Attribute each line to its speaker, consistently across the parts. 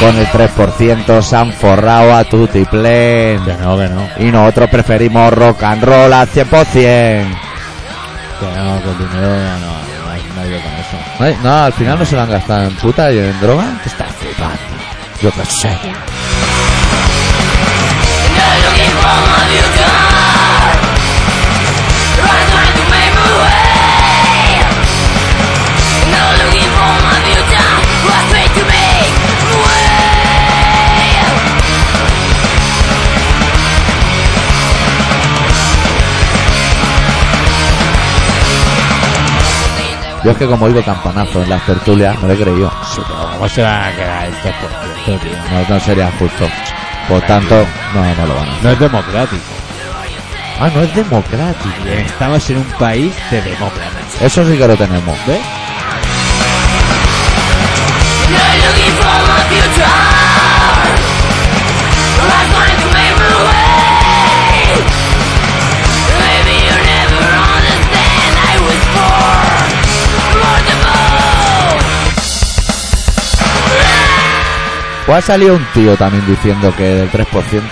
Speaker 1: con el 3%, se han forrado a Tutiplén.
Speaker 2: Que no, que no.
Speaker 1: Y nosotros preferimos rock and roll al 100%.
Speaker 2: Que no, que el dinero ya no, no hay nadie con eso.
Speaker 1: No, hay- no, al final no se lo han gastado en puta y en droga.
Speaker 2: Te estás flipando. Yo qué sé.
Speaker 1: Yo es que como oigo campanazos en las tertulias, me lo he creído.
Speaker 2: Sí, pero ¿cómo se va a quedar el 3%, tío?
Speaker 1: No, no sería justo. Por tanto, no, no lo van a hacer.
Speaker 2: No es democrático.
Speaker 1: Ah, no es democrático.
Speaker 2: Estamos en un país de demócratas.
Speaker 1: Eso sí que lo tenemos.
Speaker 2: ¿Ves?
Speaker 1: Pues ha salido un tío también diciendo que del 3%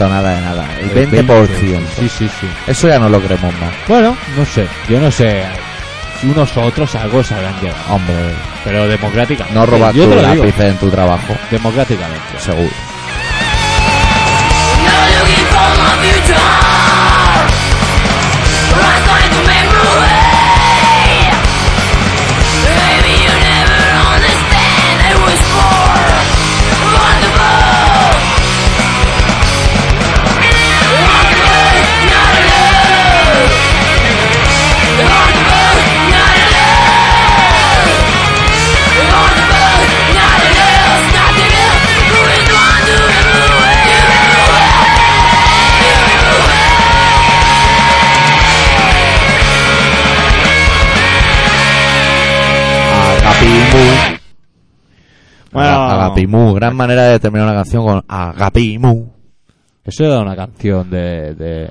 Speaker 1: nada de nada. El 20%.
Speaker 2: Sí, sí, sí.
Speaker 1: Eso ya no lo creemos más.
Speaker 2: Bueno, no sé. Yo no sé. Si unos u otros algo se habrán llevado.
Speaker 1: Hombre,
Speaker 2: Pero democráticamente.
Speaker 1: no robas
Speaker 2: Yo
Speaker 1: tu
Speaker 2: te lo digo.
Speaker 1: lápiz en tu trabajo.
Speaker 2: Democráticamente.
Speaker 1: Seguro.
Speaker 2: Ah,
Speaker 1: Agapimu.
Speaker 2: Bueno.
Speaker 1: Agapimu. Gran manera de terminar una canción con Agapimu.
Speaker 2: Eso era una canción de. de,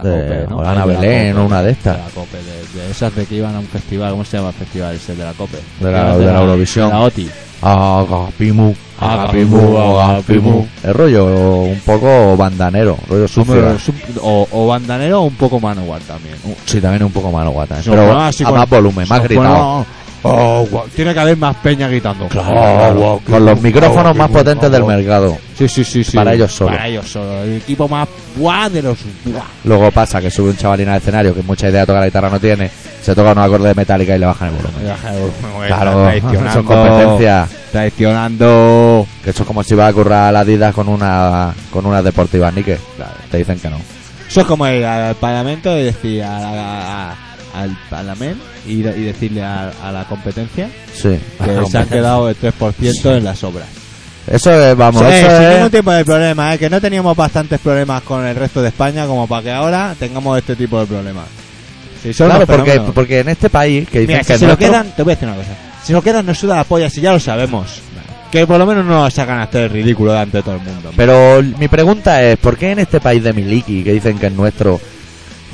Speaker 1: De
Speaker 2: COPE, ¿no?
Speaker 1: Ana
Speaker 2: De la
Speaker 1: Belén,
Speaker 2: COPE,
Speaker 1: una de estas.
Speaker 2: De la COPE, de, de esas de que iban a un festival. ¿Cómo se llama el festival ese de la COPE?
Speaker 1: De la-
Speaker 2: Iban
Speaker 1: de la Eurovisión.
Speaker 2: de La OTI.
Speaker 1: Agapimu. Agapimu. Agapimu. Es rollo un poco bandanero. Rollo sucio. ¿eh?
Speaker 2: Hombre, sub- O, o bandanero o un poco Manowar también.
Speaker 1: Sí, también un poco malo guata. ¿eh?
Speaker 2: Se
Speaker 1: Pero
Speaker 2: ponía
Speaker 1: a
Speaker 2: así con-
Speaker 1: más volumen, más
Speaker 2: se
Speaker 1: gritado.
Speaker 2: ponía- Oh, wow. Tiene que haber más peña gritando.
Speaker 1: Oh, wow, con los micrófonos más potentes del mercado.
Speaker 2: Sí, sí, sí, sí.
Speaker 1: Para ellos solo.
Speaker 2: Para ellos solo. El equipo más guau de los guau.
Speaker 1: Luego pasa que sube un chavalín al escenario que mucha idea de tocar la guitarra no tiene, se toca unos acordes de metálica y le bajan el volumen. Claro,
Speaker 2: traicionando.
Speaker 1: son competencias.
Speaker 2: Traicionando.
Speaker 1: Que eso es como si va a currar a la Adidas con una con unas deportivas Nike. Te dicen que no.
Speaker 2: Eso es como ir al parlamento y decir a la- a- al parlamento y, de- y decirle a, a la competencia
Speaker 1: Sí.
Speaker 2: que se han quedado el 3% en las obras.
Speaker 1: Eso es, vamos,
Speaker 2: Sí,
Speaker 1: eso
Speaker 2: sin
Speaker 1: es.
Speaker 2: ningún tipo de problema, ¿eh? que no teníamos bastantes problemas con el resto de España como para que ahora tengamos este tipo de problemas. Sí, son
Speaker 1: Claro,
Speaker 2: unos
Speaker 1: porque,
Speaker 2: fenómenos.
Speaker 1: porque en este país que dicen
Speaker 2: Mira, si
Speaker 1: que es
Speaker 2: se lo
Speaker 1: nuestro-
Speaker 2: quedan, te voy a decir una cosa. Si se lo quedan, nos suda la polla, si ya lo sabemos. Que por lo menos no nos hagan hacer el ridículo delante de todo el mundo.
Speaker 1: Pero mi pregunta es, ¿por qué en este país de Miliki, que dicen que es nuestro,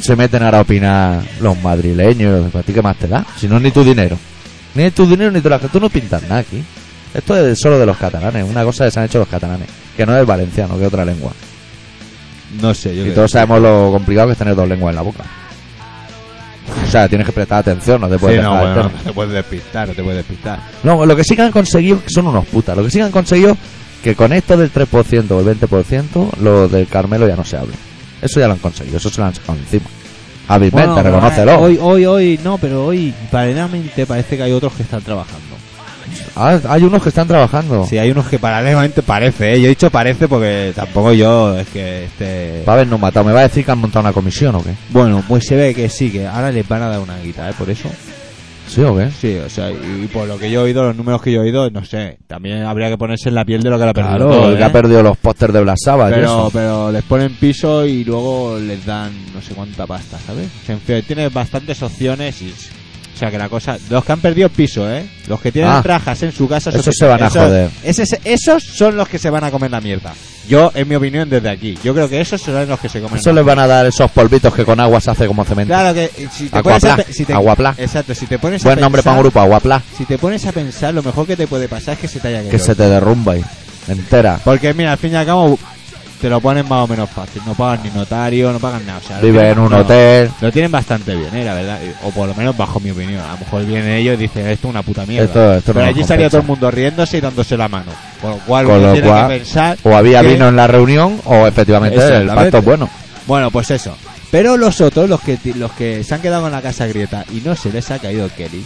Speaker 1: se meten ahora a opinar los madrileños? ¿A ti qué más te da? Si no es ni tu dinero. Ni es tu dinero ni tu la Tú no pintas nada aquí. Esto es solo de los catalanes, una cosa que se han hecho los catalanes, que no es el valenciano, que es otra lengua.
Speaker 2: No sé, yo
Speaker 1: Y
Speaker 2: qué-
Speaker 1: todos sabemos lo complicado que es tener dos lenguas en la boca. O sea, tienes que prestar atención, no te
Speaker 2: Sí,
Speaker 1: puedes
Speaker 2: no,
Speaker 1: dejar
Speaker 2: bueno,
Speaker 1: el tema.
Speaker 2: no te puedes despistar, no te puedes despistar.
Speaker 1: No, lo que sí que han conseguido, que son unos putas, lo que sí que han conseguido, que con esto del 3% o el 20%, lo del Carmelo ya no se habla. Eso ya lo han conseguido, eso se lo han sacado encima. Hábilmente,
Speaker 2: Bueno,
Speaker 1: reconócelo.
Speaker 2: eh, Hoy, hoy, hoy, no, pero hoy, paralelamente, parece que hay otros que están trabajando.
Speaker 1: Ah, hay unos que están trabajando.
Speaker 2: Sí, hay unos que paralelamente parece, ¿eh? Yo he dicho parece porque tampoco yo, es que este.
Speaker 1: Va a habernos matado, ¿me va a decir que han montado una comisión o qué?
Speaker 2: Bueno, pues se ve que sí, que ahora les van a dar una guita, ¿eh? Por eso.
Speaker 1: ¿Sí o qué?
Speaker 2: Sí, o sea, y, y por lo que yo he oído, los números que yo he oído, no sé. También habría que ponerse en la piel de lo que la perdido.
Speaker 1: Claro,
Speaker 2: todo,
Speaker 1: el que ha
Speaker 2: ¿eh?
Speaker 1: perdido los pósters de Blas Saba y
Speaker 2: Pero,
Speaker 1: eso.
Speaker 2: pero les ponen piso y luego les dan no sé cuánta pasta, ¿sabes? O sea, en fin, tiene bastantes opciones y... O sea, que la cosa... Los que han perdido piso, ¿eh? Los que tienen
Speaker 1: Ah.
Speaker 2: trajas en su casa... esos
Speaker 1: Esos
Speaker 2: que-
Speaker 1: se van a
Speaker 2: esos-
Speaker 1: joder.
Speaker 2: esos- esos son los que se van a comer la mierda. Yo, en mi opinión, desde aquí. Yo creo que esos serán los que se comen
Speaker 1: Eso
Speaker 2: la
Speaker 1: les van a dar esos polvitos que con agua se hace como cemento.
Speaker 2: Claro que... eh, Si te pones
Speaker 1: Aguaplá,
Speaker 2: a, pe- si te,
Speaker 1: aguaplá.
Speaker 2: Exacto, si te pones a
Speaker 1: Buen nombre
Speaker 2: pensar-
Speaker 1: para un grupo, Aguaplá,
Speaker 2: Si te pones a pensar, lo mejor que te puede pasar es que se te haya
Speaker 1: que se te derrumba ahí. entera.
Speaker 2: Porque mira, al fin y al cabo te lo ponen más o menos fácil. No pagan ni notario, no pagan nada. O sea, lo
Speaker 1: Vive
Speaker 2: tienen-
Speaker 1: en un
Speaker 2: no,
Speaker 1: hotel.
Speaker 2: Lo tienen bastante bien, eh, la verdad. O por lo menos bajo mi opinión. A lo mejor vienen ellos y dicen, esto es una puta mierda.
Speaker 1: Esto- esto no
Speaker 2: Pero
Speaker 1: nos
Speaker 2: allí salía
Speaker 1: compensa.
Speaker 2: todo el mundo riéndose y dándose la mano. Con lo cual
Speaker 1: Con
Speaker 2: uno
Speaker 1: lo
Speaker 2: tiene
Speaker 1: cual-
Speaker 2: que pensar...
Speaker 1: O había
Speaker 2: que-
Speaker 1: vino en la reunión o efectivamente el
Speaker 2: Exactamente.
Speaker 1: pacto es bueno.
Speaker 2: Bueno, pues eso. Pero los otros, los que, ti- los que se han quedado en la casa grieta y no se les ha caído el Kelly,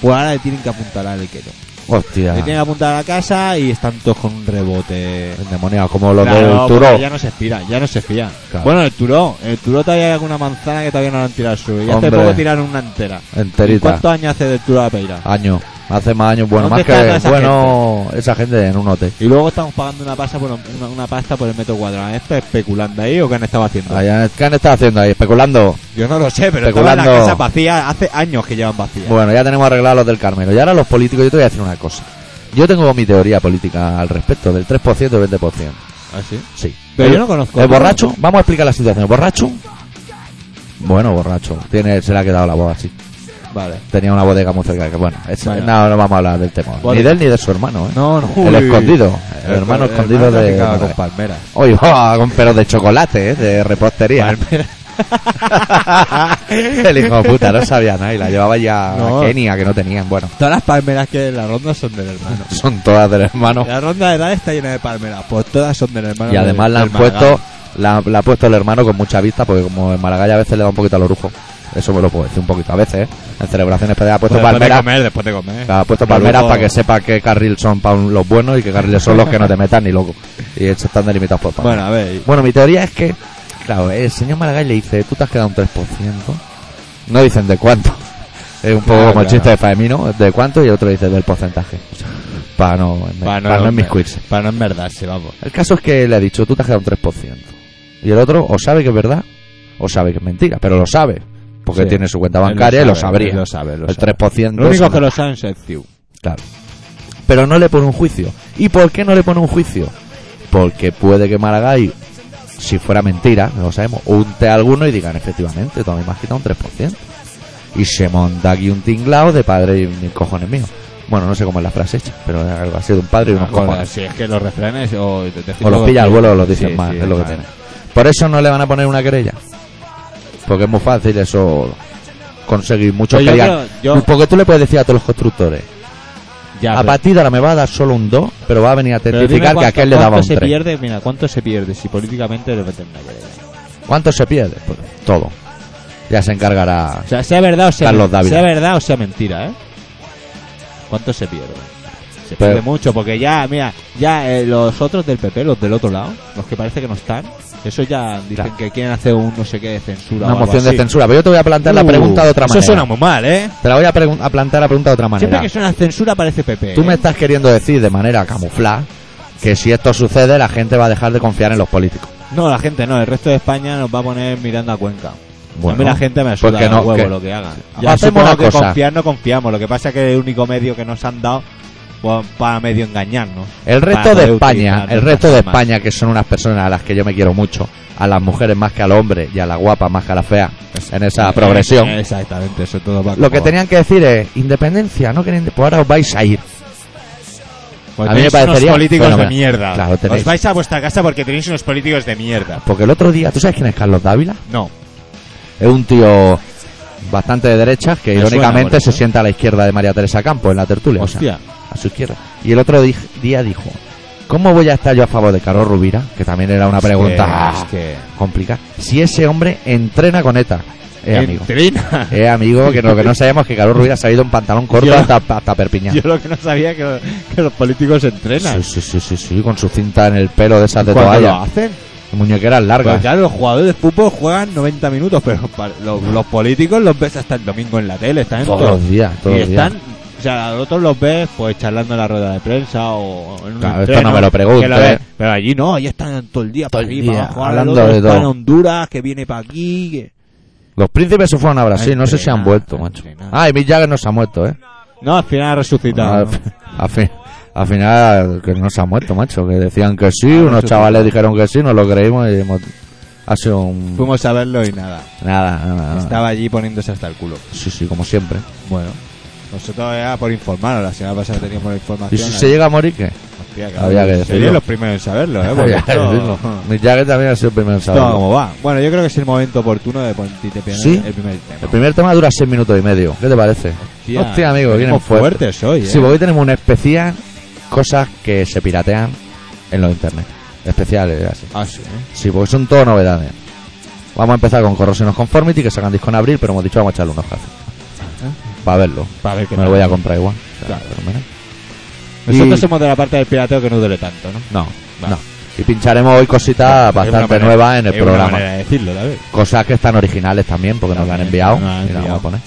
Speaker 2: pues ahora le tienen que apuntalar el Kelly.
Speaker 1: Hostia.
Speaker 2: Le tienen que apuntar a la casa y están todos con un rebote.
Speaker 1: Endemoniado, como los
Speaker 2: Claro,
Speaker 1: del Turo.
Speaker 2: porque Ya no se fira, ya no se fía.
Speaker 1: Claro.
Speaker 2: Bueno, el Turo, el Turo todavía hay alguna manzana que todavía no la han tirado al suelo. Y hace
Speaker 1: Hombre.
Speaker 2: poco tiraron una entera. ¿Y
Speaker 1: Enterita.
Speaker 2: ¿Cuántos años hace del Turo a Peira?
Speaker 1: Años. Hace más años. Bueno,
Speaker 2: ¿Dónde
Speaker 1: más que.
Speaker 2: está toda esa
Speaker 1: bueno, esa gente en un hotel.
Speaker 2: Y luego estamos pagando una pasta por, una, una pasta por el metro cuadrado. ¿Esto especulando ahí o qué han estado haciendo?
Speaker 1: Allá, ¿Qué han estado haciendo ahí? Especulando.
Speaker 2: Yo no lo sé, pero
Speaker 1: Especulando.
Speaker 2: estaban las casas vacías. Hace años que llevan vacías.
Speaker 1: Bueno, ya tenemos arreglados los del Carmelo. Y ahora los políticos, yo te voy a decir una cosa. Yo tengo mi teoría política al respecto del 3% y 20%.
Speaker 2: ¿Ah, sí?
Speaker 1: Sí.
Speaker 2: Pero
Speaker 1: El-
Speaker 2: yo no conozco.
Speaker 1: ¿El borracho? Vamos a explicar la situación. ¿El borracho? Bueno, borracho. Tiene, se le ha quedado la voz así.
Speaker 2: Vale.
Speaker 1: Tenía una bodega muy cerca. Que, bueno, es-
Speaker 2: Vaya.
Speaker 1: no, no vamos a hablar del tema. Ni
Speaker 2: Bodega.
Speaker 1: de él ni de su hermano. ¿eh?
Speaker 2: No, no.
Speaker 1: El escondido. El, hermano escondido de...
Speaker 2: con palmeras.
Speaker 1: Hoy va con pelos de chocolate, ¿eh? de repostería. el hijo de puta no sabía nada y la llevaba ya
Speaker 2: No.
Speaker 1: a Kenia, que no tenían. Bueno,
Speaker 2: Todas las palmeras que hay en la ronda son del hermano.
Speaker 1: son todas del hermano.
Speaker 2: La ronda de edad está llena de palmeras. Pues todas son del hermano.
Speaker 1: Y
Speaker 2: del-
Speaker 1: además la
Speaker 2: del
Speaker 1: han puesto
Speaker 2: Maragall.
Speaker 1: la, la ha puesto el hermano con mucha vista, porque como en Maragall a veces le da un poquito al orujo. Eso me lo puedo decir un poquito a veces, ¿eh? En celebraciones, pero ha puesto
Speaker 2: Pues después de
Speaker 1: palmeras.
Speaker 2: comer, después de comer.
Speaker 1: Ha puesto
Speaker 2: Pero
Speaker 1: palmeras
Speaker 2: luego-
Speaker 1: para que sepa qué carril son pa' un- los buenos y qué carriles son los que no te metan ni loco. Y estos están delimitados por palmeras.
Speaker 2: Bueno, a ver.
Speaker 1: Bueno, mi teoría es que, claro, el señor Maragall le dice, tú te has quedado un 3%. No dicen de cuánto. Es un poco
Speaker 2: Claro,
Speaker 1: como el
Speaker 2: claro.
Speaker 1: chiste de Faemino, de cuánto, y el otro dice del porcentaje. Para no, para no enmiscuirse.
Speaker 2: Para no enmerdarse, vamos.
Speaker 1: El caso es que le ha dicho, tú te has quedado un 3%. Y el otro o sabe que es verdad o sabe que es mentira, pero lo sabe. Porque
Speaker 2: Sí.
Speaker 1: tiene su cuenta
Speaker 2: Él
Speaker 1: bancaria
Speaker 2: sabe,
Speaker 1: y lo sabría.
Speaker 2: él Lo sabe, lo
Speaker 1: el
Speaker 2: sabe.
Speaker 1: 3%.
Speaker 2: Lo único
Speaker 1: es-
Speaker 2: que lo saben es el tío.
Speaker 1: Claro. Pero no le pone un juicio. ¿Y por qué no le pone un juicio? Porque puede que Maragall, si fuera mentira, no lo sabemos, unte a alguno y digan, efectivamente, tú a mí me has quitado un 3%. Y se monta aquí un tinglao de padre y mis cojones míos. Bueno, no sé cómo es la frase hecha, pero es algo así de un padre y unos
Speaker 2: Ah, bueno,
Speaker 1: cojones.
Speaker 2: si es que los refranes o, te- te-
Speaker 1: O los pilla al vuelo o los dicen
Speaker 2: Sí,
Speaker 1: más,
Speaker 2: sí,
Speaker 1: es lo que
Speaker 2: claro.
Speaker 1: tiene. Por eso no le van a poner una querella. Porque es muy fácil eso conseguir muchos
Speaker 2: Pero Pues yo
Speaker 1: querían.
Speaker 2: creo- yo-
Speaker 1: Porque tú le puedes decir a todos los constructores,
Speaker 2: Ya,
Speaker 1: a
Speaker 2: pero-
Speaker 1: partir de ahora me va a dar solo un 2, pero va a venir a
Speaker 2: Pero dime
Speaker 1: certificar que
Speaker 2: cuánto-
Speaker 1: aquel le daba
Speaker 2: cuánto
Speaker 1: un
Speaker 2: se
Speaker 1: 3.
Speaker 2: pierde, mira, ¿cuánto se pierde si políticamente le meten una querella?
Speaker 1: ¿Cuánto se pierde? Pues todo. Ya se encargará.
Speaker 2: O sea, sea verdad o sea,
Speaker 1: Carlos Dávila.
Speaker 2: sea verdad o sea mentira, ¿eh? ¿Cuánto se pierde? Se
Speaker 1: Pero-
Speaker 2: pierde mucho porque ya, mira, ya eh, los otros del PP, los del otro lado, los que parece que no están, eso ya dicen
Speaker 1: Claro.
Speaker 2: que quieren hacer un no sé qué de censura.
Speaker 1: Una
Speaker 2: o algo
Speaker 1: moción de
Speaker 2: así.
Speaker 1: censura. Pero yo te voy a plantear la
Speaker 2: Uh,
Speaker 1: pregunta de otra manera.
Speaker 2: Eso suena muy mal, ¿eh?
Speaker 1: Te la voy a, pregun- a plantear la pregunta de otra
Speaker 2: Siempre
Speaker 1: manera.
Speaker 2: que suena censura parece PP.
Speaker 1: Tú me
Speaker 2: ¿eh?
Speaker 1: estás queriendo decir de manera camuflada que si esto sucede la gente va a dejar de confiar en los políticos.
Speaker 2: No, la gente no, el resto de España nos va a poner mirando a Cuenca.
Speaker 1: Bueno,
Speaker 2: a mí la gente me
Speaker 1: pues
Speaker 2: suda
Speaker 1: que
Speaker 2: los
Speaker 1: no,
Speaker 2: huevos
Speaker 1: que-
Speaker 2: lo que hagan.
Speaker 1: Hacemos
Speaker 2: supongo
Speaker 1: una
Speaker 2: que
Speaker 1: cosa.
Speaker 2: confiar no confiamos, lo que pasa es que es el único medio que nos han dado pues, para medio engañarnos.
Speaker 1: El
Speaker 2: Para
Speaker 1: resto
Speaker 2: poder
Speaker 1: de España,
Speaker 2: utilizar
Speaker 1: el
Speaker 2: las
Speaker 1: resto de
Speaker 2: armas.
Speaker 1: España, que son unas personas a las que yo me quiero mucho, a las mujeres más que al hombre y a la guapa más que a la fea, en esa progresión.
Speaker 2: Eh, Exactamente, eso todo va
Speaker 1: Lo que
Speaker 2: como-
Speaker 1: tenían que decir es independencia, no queréis, pues ahora os vais a ir.
Speaker 2: Pues
Speaker 1: a mí me
Speaker 2: tenéis unos
Speaker 1: parecería
Speaker 2: políticos
Speaker 1: fenomenal.
Speaker 2: de mierda.
Speaker 1: Claro, tenéis.
Speaker 2: Os vais a vuestra casa porque tenéis unos políticos de mierda.
Speaker 1: Porque el otro día, ¿tú sabes quién es Carlos Dávila?
Speaker 2: No.
Speaker 1: Es un tío bastante de derecha que
Speaker 2: Me suena por
Speaker 1: irónicamente
Speaker 2: eso.
Speaker 1: se sienta a la izquierda de María Teresa Campos en la tertulia. o sea,
Speaker 2: Hostia.
Speaker 1: a su izquierda. Y el otro di- día dijo, ¿cómo voy a estar yo a favor de Carlos Rubira? Que también era una pregunta
Speaker 2: Es que...
Speaker 1: complicada. Si ese hombre entrena con ETA, es amigo.
Speaker 2: Entrina.
Speaker 1: Eh, amigo, que lo que no sabemos es que Carlos Rubira se ha ido en pantalón corto
Speaker 2: Yo-
Speaker 1: hasta, hasta Perpiñán.
Speaker 2: Yo lo que no sabía que, que los políticos entrenan.
Speaker 1: Sí, sí, sí, sí, sí, con su cinta en el pelo de esas de
Speaker 2: Cuando lo
Speaker 1: toalla.
Speaker 2: hacen?
Speaker 1: Muñequeras
Speaker 2: Pues
Speaker 1: largas.
Speaker 2: claro, los jugadores de fútbol juegan 90 minutos, pero pa- los, los políticos los ves hasta el domingo en la tele, están en
Speaker 1: todos
Speaker 2: todo-
Speaker 1: los días, todos
Speaker 2: y
Speaker 1: los días.
Speaker 2: están, o sea, a los otros los ves pues charlando en la rueda de prensa o en un
Speaker 1: Claro,
Speaker 2: entreno,
Speaker 1: esto no me lo preguntes.
Speaker 2: que la ves. pero allí no, allí están todo el día
Speaker 1: Todo
Speaker 2: para
Speaker 1: el
Speaker 2: arriba,
Speaker 1: día,
Speaker 2: abajo, ahora
Speaker 1: hablando
Speaker 2: el otro
Speaker 1: de
Speaker 2: está en
Speaker 1: todo.
Speaker 2: Honduras, que viene para aquí, que-
Speaker 1: Los príncipes se fueron a Brasil, no sé si han
Speaker 2: entrenar,
Speaker 1: vuelto,
Speaker 2: a
Speaker 1: macho.
Speaker 2: entrenar.
Speaker 1: Ah, y Mick Jagger no se ha muerto, ¿eh?
Speaker 2: No, al final ha
Speaker 1: Ah,
Speaker 2: resucitado. ¿no?
Speaker 1: al, fin- al final, que no se ha muerto, macho. Que decían que sí, unos
Speaker 2: Ah, sí,
Speaker 1: chavales dijeron que sí, nos lo creímos y hemos... Ha sido un...
Speaker 2: Fuimos a verlo y nada.
Speaker 1: Nada, nada, nada.
Speaker 2: Estaba allí poniéndose hasta el culo.
Speaker 1: Sí, sí, como siempre.
Speaker 2: Bueno, nosotros era por informaros, la semana pasada teníamos la
Speaker 1: ¿Y
Speaker 2: información.
Speaker 1: si se llega a morir, qué?
Speaker 2: Hostia,
Speaker 1: Había que decirlo.
Speaker 2: Serían los primeros en saberlo, ¿eh? Porque
Speaker 1: Había que
Speaker 2: esto-
Speaker 1: decirlo. Mick Jagger también ha sido el primero en
Speaker 2: esto
Speaker 1: saberlo.
Speaker 2: cómo va. Bueno, yo creo que es el momento oportuno de ponerte el primer,
Speaker 1: Sí.
Speaker 2: el primer tema.
Speaker 1: El primer tema dura 6 minutos y medio. ¿Qué te parece?
Speaker 2: Hostia,
Speaker 1: Hostia, amigo, vienen
Speaker 2: venimos
Speaker 1: fuertes.
Speaker 2: fuertes hoy, ¿eh?
Speaker 1: Sí, porque hoy tenemos un especial, cosas que se piratean en los internet. Especiales, así.
Speaker 2: Ah, sí, ¿eh?
Speaker 1: Sí, porque son todo novedades. Vamos a empezar con Corrosion of Conformity, que sacan disco en abril, pero hemos dicho vamos a echarle unos ojazos. Para verlo.
Speaker 2: Para ver qué
Speaker 1: Me lo
Speaker 2: tal.
Speaker 1: voy a comprar igual.
Speaker 2: Ah. Claro.
Speaker 1: Pero mira.
Speaker 2: Nosotros
Speaker 1: Y-
Speaker 2: somos de la parte del pirateo que no duele tanto, ¿no?
Speaker 1: No,
Speaker 2: Vale.
Speaker 1: no. Y pincharemos hoy cositas
Speaker 2: Es una
Speaker 1: bastante
Speaker 2: manera-
Speaker 1: nuevas en el
Speaker 2: es una
Speaker 1: programa.
Speaker 2: manera de decirlo, la vez.
Speaker 1: Cosas que están originales también, porque nos la han
Speaker 2: También,
Speaker 1: enviado.
Speaker 2: nos la han
Speaker 1: y la vamos
Speaker 2: enviado.
Speaker 1: a poner.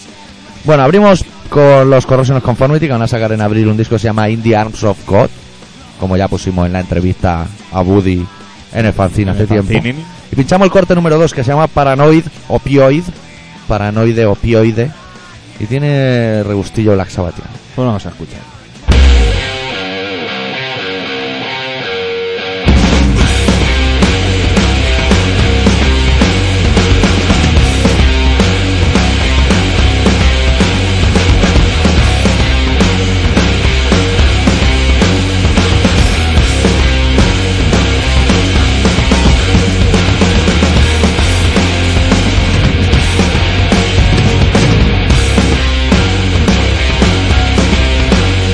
Speaker 1: Bueno, abrimos con los Corrosion of Conformity, que van a sacar en abril un disco que se llama Indie Arms of God. Como ya pusimos en la entrevista a Woody en el fanzine hace tiempo. Y pinchamos el corte número 2 que se llama Paranoid Opioid. Paranoide Opioide. Y tiene regustillo Black Sabbath.
Speaker 2: Pues vamos a escuchar.
Speaker 3: Thank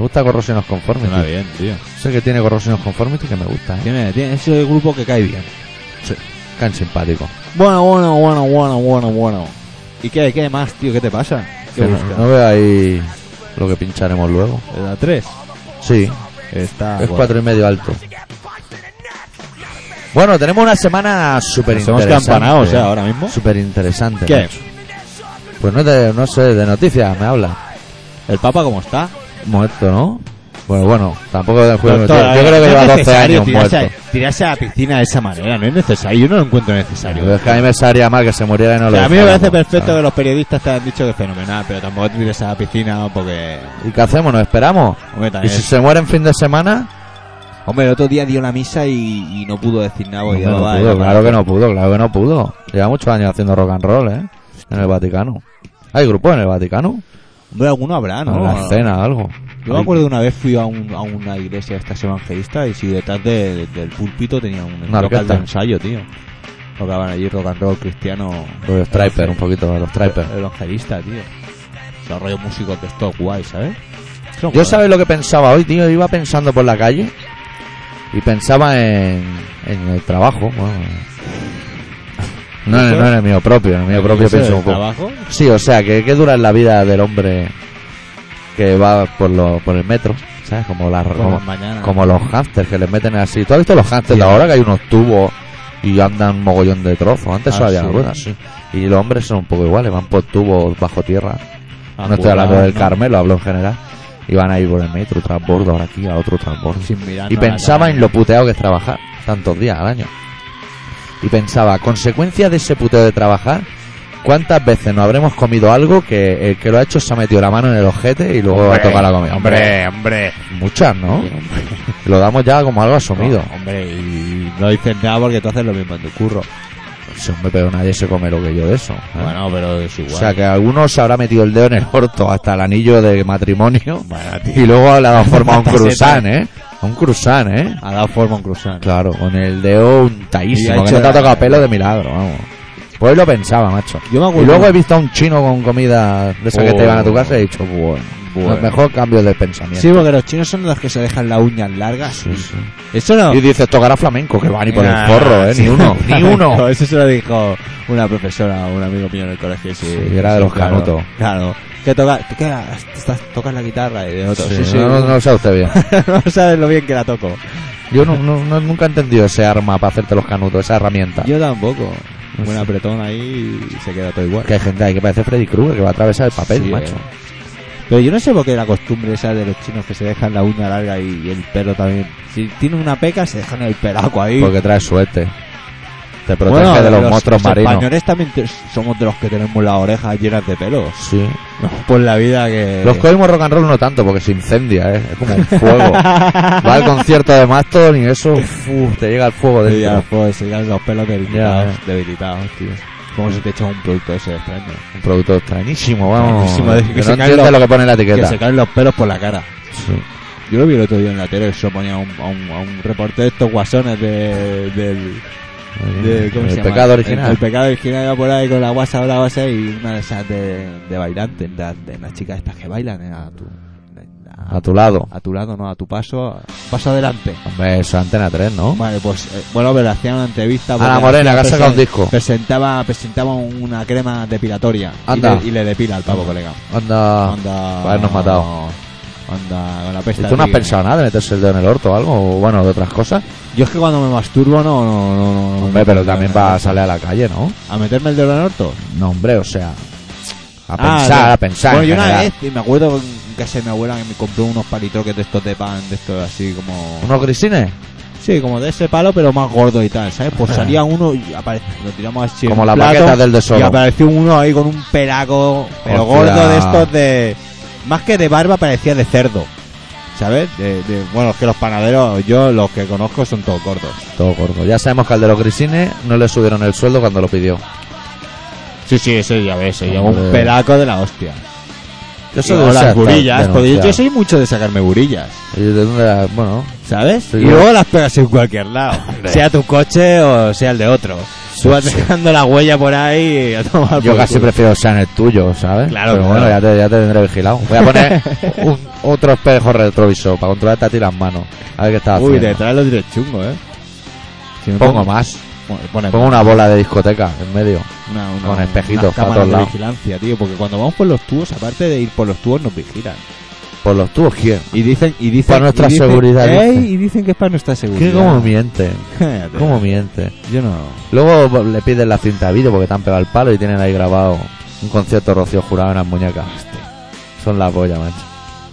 Speaker 1: gusta Corrosiones Conformes.
Speaker 2: Suena bien, tío.
Speaker 1: Sé que tiene Corrosiones Conformes y que me gusta, ¿eh?
Speaker 2: Tiene, tiene, es el grupo que cae bien.
Speaker 1: Can simpático.
Speaker 2: Bueno, bueno, bueno, bueno, bueno, bueno. ¿Y qué, qué más, tío? ¿Qué te pasa? ¿Qué
Speaker 1: Que no,
Speaker 2: buscas?
Speaker 1: no veo ahí lo que pincharemos luego.
Speaker 2: La 3.
Speaker 1: Sí,
Speaker 2: Está.
Speaker 1: es
Speaker 2: guay.
Speaker 1: cuatro y medio alto. Bueno, tenemos una semana súper
Speaker 2: Nos hemos
Speaker 1: interesante.
Speaker 2: campanado, o sea, ahora mismo.
Speaker 1: Súper interesante.
Speaker 2: ¿Qué?
Speaker 1: Pues no, te- no sé, de noticias me habla.
Speaker 2: ¿El Papa cómo está?
Speaker 1: Muerto, ¿no? Bueno, bueno, tampoco del juego. yo,
Speaker 2: Doctor,
Speaker 1: yo creo
Speaker 2: no
Speaker 1: que
Speaker 2: es
Speaker 1: lleva 12
Speaker 2: necesario
Speaker 1: años
Speaker 2: tirarse,
Speaker 1: muerto.
Speaker 2: tirarse a la piscina de esa manera, no es necesario. Yo no lo encuentro necesario.
Speaker 1: Pero Es que a mí me sabría mal que se muriera y no
Speaker 2: O sea,
Speaker 1: lo
Speaker 2: a mí me
Speaker 1: dejáramos,
Speaker 2: parece perfecto
Speaker 1: ¿sabes?
Speaker 2: que los periodistas te han dicho que es fenomenal, pero tampoco te tires a la piscina porque.
Speaker 1: ¿Y qué hacemos? ¿Nos esperamos?
Speaker 2: Hombre,
Speaker 1: ¿Y
Speaker 2: también-
Speaker 1: si se muere en fin de semana?
Speaker 2: Hombre, el otro día dio la misa y, y no pudo decir nada. porque
Speaker 1: Hombre, Ah, no
Speaker 2: llevaba-
Speaker 1: pudo,
Speaker 2: llevaba-
Speaker 1: claro que no pudo, claro que no pudo. Lleva muchos años haciendo rock and roll, ¿eh? En el Vaticano. ¿Hay grupos en el Vaticano?
Speaker 2: Hombre, alguno habrá, Ah, ¿no?
Speaker 1: Una escena, algo.
Speaker 2: Yo me acuerdo de una vez fui a, un- a una iglesia de estas evangelistas y si detrás de- del púlpito tenía un
Speaker 1: Una
Speaker 2: local
Speaker 1: orquesta.
Speaker 2: de ensayo, tío. Tocaban allí rock and roll cristiano
Speaker 1: Los Striper, un poquito de los Striper.
Speaker 2: evangelista, tío. O sea, rollo músicos de estos guay, ¿sabes? Son
Speaker 1: Yo
Speaker 2: guays.
Speaker 1: sabes lo que pensaba hoy, tío. Iba pensando por la calle y pensaba en, en el trabajo. bueno, no, en, no en el mío propio, en el mío propio
Speaker 2: Eso
Speaker 1: pienso
Speaker 2: del
Speaker 1: un poco.
Speaker 2: trabajo?
Speaker 1: Sí, o sea, que qué dura es la vida del hombre que va por lo, por el metro, ¿sabes? Como la,
Speaker 2: Por
Speaker 1: como,
Speaker 2: las mañanas.
Speaker 1: como los hamsters que les meten así. ¿Tú has visto los hamsters
Speaker 2: Ah. Sí.
Speaker 1: de ahora que hay unos tubos y andan un mogollón de trozos? Antes
Speaker 2: Ah,
Speaker 1: solo había
Speaker 2: sí.
Speaker 1: ruedas, sí. Y los hombres son un poco iguales, van por tubos bajo tierra.
Speaker 2: Ah,
Speaker 1: No estoy hablando
Speaker 2: currar,
Speaker 1: del
Speaker 2: ¿no?
Speaker 1: Carmelo, hablo en general. Y van a ir por el metro, transbordo, ahora aquí, a otro transbordo.
Speaker 2: Sin mirar
Speaker 1: Y
Speaker 2: nada,
Speaker 1: pensaba
Speaker 2: nada.
Speaker 1: en lo puteado que es trabajar, tantos días al año. Y pensaba, consecuencia de ese puteo de trabajar, ¿cuántas veces nos habremos comido algo que el que lo ha hecho se ha metido la mano en el ojete y luego ha tocado la comida?
Speaker 2: Hombre, hombre.
Speaker 1: Muchas, ¿no? Lo damos ya como algo asumido.
Speaker 2: No, hombre, y no dices nada porque tú haces lo mismo en tu curro.
Speaker 1: Si hombre, pero nadie se come lo que yo de eso. ¿eh?
Speaker 2: Bueno, pero es igual.
Speaker 1: o sea, que alguno se habrá metido el dedo en el orto hasta el anillo de matrimonio.
Speaker 2: Bueno, tío.
Speaker 1: Y luego le ha dado forma a un
Speaker 2: Paseta.
Speaker 1: cruzán, ¿eh? A un cruzán, ¿eh?
Speaker 2: Ha dado forma a un cruzán.
Speaker 1: Claro, con el dedo untaísimo,
Speaker 2: Y ha
Speaker 1: que
Speaker 2: hecho
Speaker 1: no te ha
Speaker 2: la-
Speaker 1: tocado pelo de milagro, vamos. Pues lo pensaba, macho.
Speaker 2: Yo me
Speaker 1: Y
Speaker 2: acuerdo.
Speaker 1: luego he visto a un chino con comida de esa que te
Speaker 2: Oh.
Speaker 1: iban a tu casa y he dicho, bueno,
Speaker 2: Bueno.
Speaker 1: los mejor cambio de pensamiento.
Speaker 2: Sí, porque los chinos son los que se dejan las uñas largas.
Speaker 1: Sí, sí.
Speaker 2: Eso no.
Speaker 1: Y dices, tocará flamenco, que va ni por
Speaker 2: Ah,
Speaker 1: el forro, ¿eh?
Speaker 2: sí.
Speaker 1: Ni uno, ni uno.
Speaker 2: Eso se lo dijo una profesora o un amigo mío en el colegio. Sí,
Speaker 1: Sí, era de los
Speaker 2: claro,
Speaker 1: canutos.
Speaker 2: Claro. Que toca, ¿tú qué hagas? Estás- tocas la guitarra y de otro. Sí,
Speaker 1: Sí,
Speaker 2: sí.
Speaker 1: No, no lo sabe usted bien.
Speaker 2: no sabes lo bien que la toco.
Speaker 1: Yo no, no- no- nunca he entendido ese arma para hacerte los canutos, esa herramienta.
Speaker 2: Yo tampoco.
Speaker 1: Ah. No
Speaker 2: Un
Speaker 1: sé.
Speaker 2: apretón ahí y se queda todo igual.
Speaker 1: Que hay gente ahí que parece Freddy Krueger que va a atravesar el papel,
Speaker 2: Sí,
Speaker 1: macho.
Speaker 2: eh. Pero yo no sé por qué la costumbre esa de los chinos que se dejan la uña larga y, y el pelo también. Si tienen una peca, se dejan el pelaco ahí.
Speaker 1: Porque trae suerte. Te protege
Speaker 2: Bueno,
Speaker 1: de los, monstruos marinos.
Speaker 2: españoles también te- somos de los que tenemos las orejas llenas de pelos.
Speaker 1: Sí.
Speaker 2: Eh. Por Pues la vida que...
Speaker 1: Los códigos rock and roll no tanto, porque se incendia, ¿eh? es como un fuego. Va al concierto de Mastodon y eso, uf, te llega el fuego
Speaker 2: Sí, ya,
Speaker 1: dentro.
Speaker 2: pues, sí, ya los pelos debilitados,
Speaker 1: Ya, eh.
Speaker 2: debilitados, tío. Como si te echas un producto ese extraño.
Speaker 1: Un producto extrañísimo, vamos.
Speaker 2: Extrañísimo, de- que
Speaker 1: que
Speaker 2: se
Speaker 1: no
Speaker 2: caen
Speaker 1: entiendes
Speaker 2: los-
Speaker 1: lo que pone en la
Speaker 2: Que
Speaker 1: etiqueta.
Speaker 2: se caen los pelos por la cara.
Speaker 1: Sí.
Speaker 2: Yo lo vi el otro día en la tele, que se lo ponía a un, a un, a un reportero de estos guasones de, del... de- ¿cómo
Speaker 1: Eh, el
Speaker 2: se llama?
Speaker 1: pecado
Speaker 2: El,
Speaker 1: original.
Speaker 2: el pecado original iba por ahí con la guasa, la guasa y una de esas de, de bailante, de, de las chicas estas que bailan eh, a tu...
Speaker 1: A tu lado.
Speaker 2: a tu lado, no, a tu paso, paso adelante.
Speaker 1: Hombre, eso es Antena 3, ¿no?
Speaker 2: Vale, pues, eh, bueno, pero le hacían una entrevista. porque
Speaker 1: Ana Morena, que ha
Speaker 2: presen-
Speaker 1: sacado un disco.
Speaker 2: Presentaba, presentaba una crema depilatoria. y
Speaker 1: Anda.
Speaker 2: le- Y, le, depila al pavo, colega.
Speaker 1: Anda.
Speaker 2: Anda.
Speaker 1: para habernos matado.
Speaker 2: Anda, con la
Speaker 1: ¿Y
Speaker 2: pesta.
Speaker 1: tú no has
Speaker 2: tigre.
Speaker 1: pensado nada de meterse el dedo en el orto o algo? O bueno, de otras cosas.
Speaker 2: Yo es que cuando me masturbo, no, no, no. no, no
Speaker 1: Hombre, pero también
Speaker 2: no, no,
Speaker 1: va a salir a la calle, ¿no?
Speaker 2: ¿A meterme el dedo en el orto?
Speaker 1: No, hombre, o sea. A
Speaker 2: Ah,
Speaker 1: pensar,
Speaker 2: no.
Speaker 1: a pensar.
Speaker 2: Bueno,
Speaker 1: en
Speaker 2: yo una
Speaker 1: general.
Speaker 2: vez, y me acuerdo en casa de mi abuela que me compró unos palitoques de estos de pan, de estos así como.
Speaker 1: ¿Unos grisines?
Speaker 2: Sí, como de ese palo, pero más gordo y tal, ¿sabes? Pues salía uno y apare- lo tiramos así. en
Speaker 1: Ah. Como
Speaker 2: un
Speaker 1: la
Speaker 2: plato
Speaker 1: maqueta del
Speaker 2: Y
Speaker 1: desorden.
Speaker 2: apareció uno ahí con un pelaco, pero
Speaker 1: Hostia.
Speaker 2: gordo de estos de. Más que de barba, parecía de cerdo. ¿Sabes? De, de- bueno, es que los panaderos, yo los que conozco son todos gordos.
Speaker 1: Todo gordo. Ya sabemos que al de los grisines no le subieron el sueldo cuando lo pidió.
Speaker 2: Sí, sí, ese ya ves,
Speaker 1: ese ya
Speaker 2: un
Speaker 1: ves.
Speaker 2: pelaco de la hostia.
Speaker 1: Yo
Speaker 2: Y
Speaker 1: soy
Speaker 2: o
Speaker 1: de
Speaker 2: las
Speaker 1: esas,
Speaker 2: gurillas,
Speaker 1: tal,
Speaker 2: porque yo, yo
Speaker 1: denunciado.
Speaker 2: soy mucho de sacarme gurillas,
Speaker 1: Y de dónde era- bueno,
Speaker 2: ¿sabes?
Speaker 1: Sí,
Speaker 2: y
Speaker 1: yo-
Speaker 2: luego las pegas en cualquier lado, sea tu coche o sea el de otro. Tú vas dejando la huella por ahí a tomar
Speaker 1: Yo
Speaker 2: por
Speaker 1: casi
Speaker 2: culo.
Speaker 1: prefiero que sean el tuyo, ¿sabes?
Speaker 2: Claro,
Speaker 1: Pero bueno, ya
Speaker 2: claro.
Speaker 1: te, ya te tendré vigilado. Voy a poner un- otro espejo retrovisor para controlarte a ti las manos. A ver qué estás
Speaker 2: Uy, te
Speaker 1: haciendo.
Speaker 2: traes los directos chungos, eh. Si me
Speaker 1: Pongo más.
Speaker 2: Bueno, pone-
Speaker 1: Pongo una bola de discoteca en medio.
Speaker 2: una, una,
Speaker 1: con
Speaker 2: unas
Speaker 1: espejitos para
Speaker 2: cámaras
Speaker 1: todos
Speaker 2: de
Speaker 1: lados.
Speaker 2: vigilancia, tío, porque cuando vamos por los tubos, aparte de ir por los tubos, nos vigilan.
Speaker 1: Por los tubos, ¿quién?
Speaker 2: Y dicen, y dicen,
Speaker 1: Para nuestra
Speaker 2: y dicen-
Speaker 1: seguridad,
Speaker 2: ¡Ey!
Speaker 1: dice.
Speaker 2: y dicen que es para nuestra seguridad.
Speaker 1: ¿Qué, ¿Cómo miente?
Speaker 2: Cállate.
Speaker 1: ¿Cómo miente?
Speaker 2: Yo no.
Speaker 1: Luego le piden la cinta de vídeo porque te han pegado el palo y tienen ahí grabado un concierto de Rocío Jurado en las muñecas. Son la polla, macho.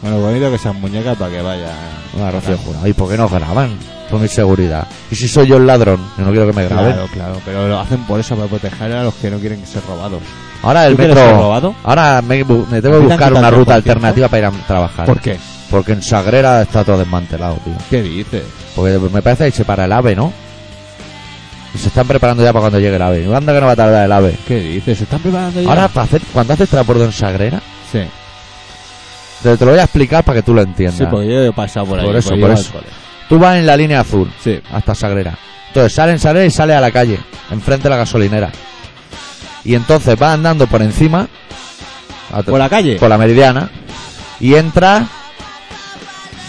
Speaker 2: Bueno, bonito que sean muñecas para que vaya.
Speaker 1: Una Rocío Jurado. ¿Y por qué no graban? Por mi seguridad. ¿Y si soy yo el ladrón? Yo no quiero que me graben.
Speaker 2: Claro, claro, pero lo hacen por eso, para proteger a los que no quieren ser robados.
Speaker 1: Ahora el
Speaker 2: ¿Tú quieres ser
Speaker 1: metro...
Speaker 2: robado?
Speaker 1: Ahora me, bu- me tengo que
Speaker 2: ¿A ti te han
Speaker 1: buscar
Speaker 2: quitado
Speaker 1: una
Speaker 2: el
Speaker 1: ruta
Speaker 2: 10%?
Speaker 1: alternativa para ir a trabajar.
Speaker 2: ¿Por qué?
Speaker 1: Porque en Sagrera está todo desmantelado, tío.
Speaker 2: ¿Qué dices?
Speaker 1: Porque me parece que se para el ave, ¿no? Y se están preparando ya para cuando llegue el ave. Y Anda que no va a tardar el ave.
Speaker 2: ¿Qué dices? ¿Se están preparando ya?
Speaker 1: Ahora, para hacer, cuando haces transbordo en Sagrera,
Speaker 2: Sí.
Speaker 1: te, te lo voy a explicar para que tú lo entiendas.
Speaker 2: Sí, porque yo he pasado por ahí.
Speaker 1: Por eso,
Speaker 2: porque
Speaker 1: por
Speaker 2: iba
Speaker 1: eso.
Speaker 2: al cole.
Speaker 1: Tú vas en la línea azul
Speaker 2: Sí.
Speaker 1: hasta Sagrera. Entonces sale en Sagrera y sale a la calle, enfrente de la gasolinera. Y entonces vas andando por encima, a-
Speaker 2: ¿Por la calle?
Speaker 1: por la meridiana, y entras,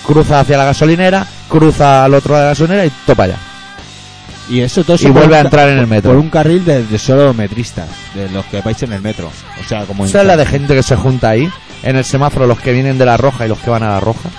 Speaker 1: cruza hacia la gasolinera, cruza al otro lado de la gasolinera y topa allá.
Speaker 2: Y eso todo
Speaker 1: Y
Speaker 2: por
Speaker 1: vuelve
Speaker 2: un
Speaker 1: a
Speaker 2: ca-
Speaker 1: entrar en el metro.
Speaker 2: Por un carril de, de solo metristas, de los que vais en el metro. O sea, como.
Speaker 1: ¿Sabes la de gente que se junta ahí? En el semáforo, los que vienen de la roja y los que van a la roja.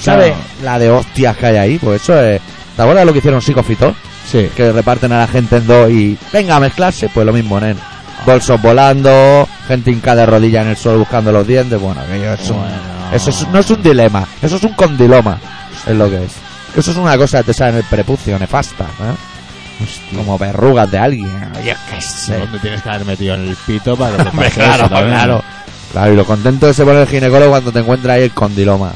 Speaker 1: ¿Sabes
Speaker 2: Claro.
Speaker 1: la de hostias que hay ahí? Pues eso es. ¿Te acuerdas lo que hicieron Psicofito?
Speaker 2: Sí.
Speaker 1: Que reparten a la gente en dos y. Venga a mezclarse, pues lo mismo, nen. Bolsos volando, gente hincada de rodillas en el suelo buscando los dientes. Bueno, aquello es un-
Speaker 2: Bueno.
Speaker 1: Eso es- no es un dilema, eso es un condiloma. Es lo que es. Eso es una cosa que te sale en el prepucio, nefasta. ¿eh?
Speaker 2: Hostia.
Speaker 1: Como verrugas de alguien. Yo qué sé.
Speaker 2: ¿Dónde tienes que haber metido en el pito para que te
Speaker 1: Hombre,
Speaker 2: pase
Speaker 1: claro,
Speaker 2: eso también?
Speaker 1: claro. Claro, y lo contento que se pone el ginecólogo cuando te encuentra ahí el condiloma.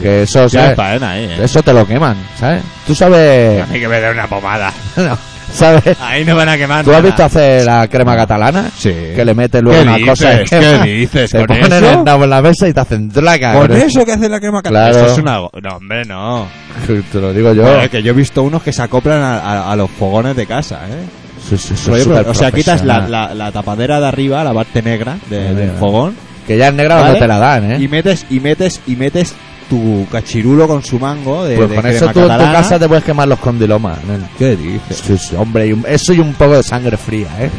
Speaker 1: Que eso,
Speaker 2: Ya es
Speaker 1: ¿sabes?
Speaker 2: faena ahí, eh.
Speaker 1: Eso te lo queman, ¿sabes? Tú sabes...
Speaker 2: Hay que me den una pomada.
Speaker 1: no, ¿Sabes?
Speaker 2: Ahí no van a quemar.
Speaker 1: ¿Tú has
Speaker 2: nada.
Speaker 1: visto hacer la crema catalana?
Speaker 2: Sí.
Speaker 1: Que le metes luego una cosa de crema,
Speaker 2: dices?
Speaker 1: Te ponen el nabo en la mesa y te hacen traca.
Speaker 2: ¿Con eso que hace la crema catalana?
Speaker 1: Claro.
Speaker 2: Eso es una... go- No, hombre, no.
Speaker 1: Te lo digo yo.
Speaker 2: Joder, que yo he visto unos que se acoplan a, a- a los fogones de casa, ¿eh?
Speaker 1: Sí, sí, sí,
Speaker 2: Rollo,
Speaker 1: súper
Speaker 2: o sea, quitas la,
Speaker 1: profesional.
Speaker 2: la- la tapadera de arriba, la parte negra de- del
Speaker 1: Negra.
Speaker 2: fogón,
Speaker 1: Que ya es negra cuando
Speaker 2: ¿vale?
Speaker 1: te la dan, ¿eh?
Speaker 2: y metes, y metes, y metes tu cachirulo con su mango de,
Speaker 1: pues
Speaker 2: de
Speaker 1: con
Speaker 2: crema
Speaker 1: eso tú en tu
Speaker 2: catalana.
Speaker 1: casa te puedes quemar los condilomas. nen.
Speaker 2: ¿Qué dices?
Speaker 1: Sí, sí, hombre, y un- eso y un poco de sangre fría, ¿eh?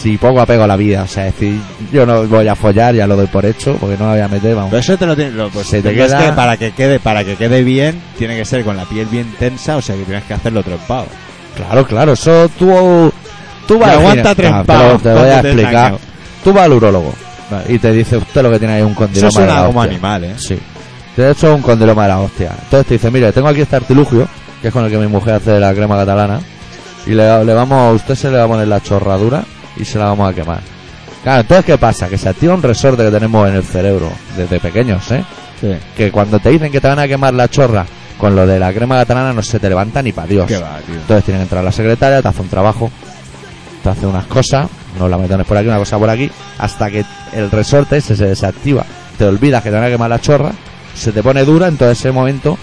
Speaker 1: Sí, poco apego a la vida, o sea, es decir, yo no voy a follar, ya lo doy por hecho, porque no me voy a meter, vamos.
Speaker 2: Pero eso te lo tienes... lo- pues
Speaker 1: Se te
Speaker 2: tendrás
Speaker 1: queda-
Speaker 2: que para que quede, para que quede bien, tiene que ser con la piel bien tensa, o sea que tienes que hacerlo trempado.
Speaker 1: Claro, claro, eso tú... Tú vas
Speaker 2: Pero
Speaker 1: al
Speaker 2: aguanta
Speaker 1: gine-
Speaker 2: tres
Speaker 1: Ah,
Speaker 2: pavos
Speaker 1: Te lo voy a
Speaker 2: cuando te
Speaker 1: explicar.
Speaker 2: sacan.
Speaker 1: Tú vas al urólogo
Speaker 2: Vale.
Speaker 1: y te dice usted lo que tiene ahí es un
Speaker 2: Eso
Speaker 1: condiloma de
Speaker 2: suena
Speaker 1: la
Speaker 2: como
Speaker 1: hostia.
Speaker 2: animal, ¿eh?
Speaker 1: Sí. De hecho, es un condiloma de la hostia. Entonces te dice, mire, tengo aquí este artilugio, que es con el que mi mujer hace la crema catalana, y le, le vamos, a usted se le va a poner la chorradura y se la vamos a quemar. Claro, entonces, ¿qué pasa? Que se activa un resorte que tenemos en el cerebro, desde pequeños, ¿eh?
Speaker 2: Sí.
Speaker 1: Que cuando te dicen que te van a quemar la chorra con lo de la crema catalana, no se te levanta ni para Dios.
Speaker 2: Qué va, tío.
Speaker 1: Entonces tiene que entrar la secretaria, te hace un trabajo, te hace unas cosas, no la metones por aquí, una cosa por aquí, hasta que el resorte ese se desactiva. Te olvidas que te van a quemar la chorra, se te pone dura, entonces ese momento,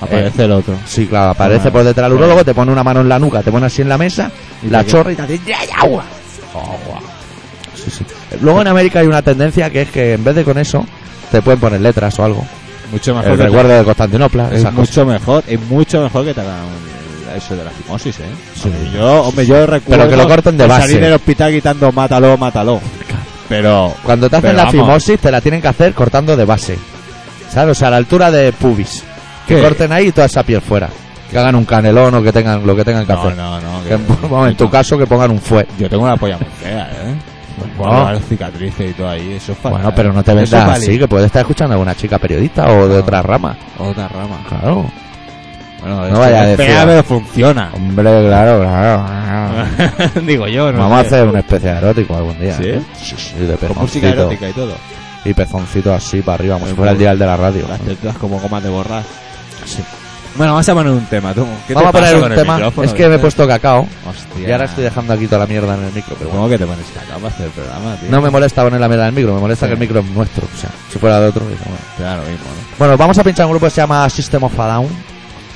Speaker 1: eh,
Speaker 2: Aparece el otro.
Speaker 1: sí, claro, aparece
Speaker 2: Bueno,
Speaker 1: por detrás el
Speaker 2: bueno.
Speaker 1: urólogo, te pone una mano en la nuca, te pone así en la mesa,
Speaker 2: Y
Speaker 1: la
Speaker 2: te-
Speaker 1: chorra y te hace ¡ya, ya, agua! Sí, sí. Luego en América hay una tendencia que es que en vez de con eso, te pueden poner letras o algo.
Speaker 2: Mucho mejor
Speaker 1: El
Speaker 2: que te-
Speaker 1: recuerdo de Constantinopla,
Speaker 2: Es
Speaker 1: esas cosas.
Speaker 2: mucho mejor, es mucho mejor que te hagan un- eso de la fimosis, ¿eh?
Speaker 1: Sí.
Speaker 2: Yo, hombre, yo recuerdo
Speaker 1: Pero que lo corten de base.
Speaker 2: salir del hospital gritando mátalo, mátalo. Pero
Speaker 1: Cuando te hacen
Speaker 2: Pero
Speaker 1: la
Speaker 2: vamos.
Speaker 1: fimosis, te la tienen que hacer cortando de base. ¿Sabes? O sea, a la altura de pubis. Que
Speaker 2: ¿Qué?
Speaker 1: corten ahí y toda esa piel fuera. Que hagan un canelón o que tengan lo que tengan que
Speaker 2: no,
Speaker 1: hacer.
Speaker 2: no, no.
Speaker 1: Que
Speaker 2: que-
Speaker 1: en, vamos, en tu caso, que pongan un fue.
Speaker 2: Yo tengo una polla muy fea, ¿eh?
Speaker 1: Bueno.
Speaker 2: Bueno, las cicatrices y todo ahí, eso es fatal.
Speaker 1: Bueno, pero no te
Speaker 2: Eso
Speaker 1: vendas
Speaker 2: es válido.
Speaker 1: así, que puedes estar escuchando a una chica periodista o de
Speaker 2: No.
Speaker 1: otra rama.
Speaker 2: Otra rama.
Speaker 1: Claro.
Speaker 2: Bueno,
Speaker 1: No
Speaker 2: esto
Speaker 1: vaya
Speaker 2: es
Speaker 1: a decir.
Speaker 2: fea, pero funciona.
Speaker 1: Hombre, claro, claro.
Speaker 2: Digo yo, ¿no?
Speaker 1: Vamos a
Speaker 2: sé.
Speaker 1: hacer un especial erótico algún día.
Speaker 2: ¿Sí?
Speaker 1: ¿eh? Sí, sí, de
Speaker 2: Con música
Speaker 1: pezoncito.
Speaker 2: erótica y todo.
Speaker 1: Y pezoncito así para arriba, como si
Speaker 2: Muy
Speaker 1: fuera el
Speaker 2: bueno.
Speaker 1: dial de la radio.
Speaker 2: Las tetas como gomas de borrar.
Speaker 1: Sí.
Speaker 2: Bueno, vamos a poner un tema, tú. ¿Qué te
Speaker 1: Vamos a
Speaker 2: pasa
Speaker 1: poner
Speaker 2: con
Speaker 1: un
Speaker 2: el
Speaker 1: tema.
Speaker 2: micrófono,
Speaker 1: Es que me he
Speaker 2: Vicente?
Speaker 1: puesto cacao.
Speaker 2: Hostia.
Speaker 1: Y ahora estoy dejando aquí toda la mierda en el micro, pero bueno.
Speaker 2: ¿Cómo que te pones caca para hacer el programa, tío?
Speaker 1: No me molesta poner la mierda en el micro, me molesta
Speaker 2: Sí.
Speaker 1: que el micro es nuestro. O sea, si fuera de otro. pues, bueno.
Speaker 2: Te da lo mismo, ¿no?
Speaker 1: Bueno, vamos a pinchar un grupo que se llama System of a Down.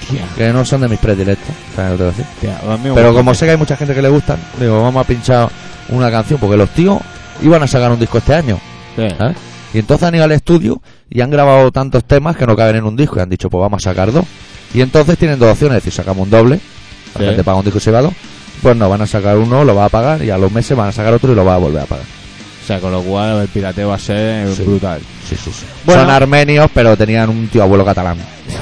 Speaker 2: Hostia.
Speaker 1: que no son de mis predilectos, también lo tengo que decir.
Speaker 2: Hostia, a mí me
Speaker 1: Pero
Speaker 2: gusta.
Speaker 1: como sé que hay mucha gente que le gustan, digo, vamos a pinchar una canción, porque los tíos iban a sacar un disco este año,
Speaker 2: Sí.
Speaker 1: ¿sabes? Y entonces han ido al estudio y han grabado tantos temas que no caben en un disco, y han dicho, pues vamos a sacar dos. Y entonces tienen dos opciones, es decir, sacamos un doble, la
Speaker 2: Sí.
Speaker 1: gente paga un disco y se va a dos, pues no, van a sacar uno, lo va a pagar, y a los meses van a sacar otro y lo va a volver a pagar.
Speaker 2: O sea, con lo cual el pirateo va a ser
Speaker 1: Sí.
Speaker 2: brutal.
Speaker 1: Sí, sí, sí.
Speaker 2: Bueno.
Speaker 1: Son armenios, pero tenían un tío abuelo catalán.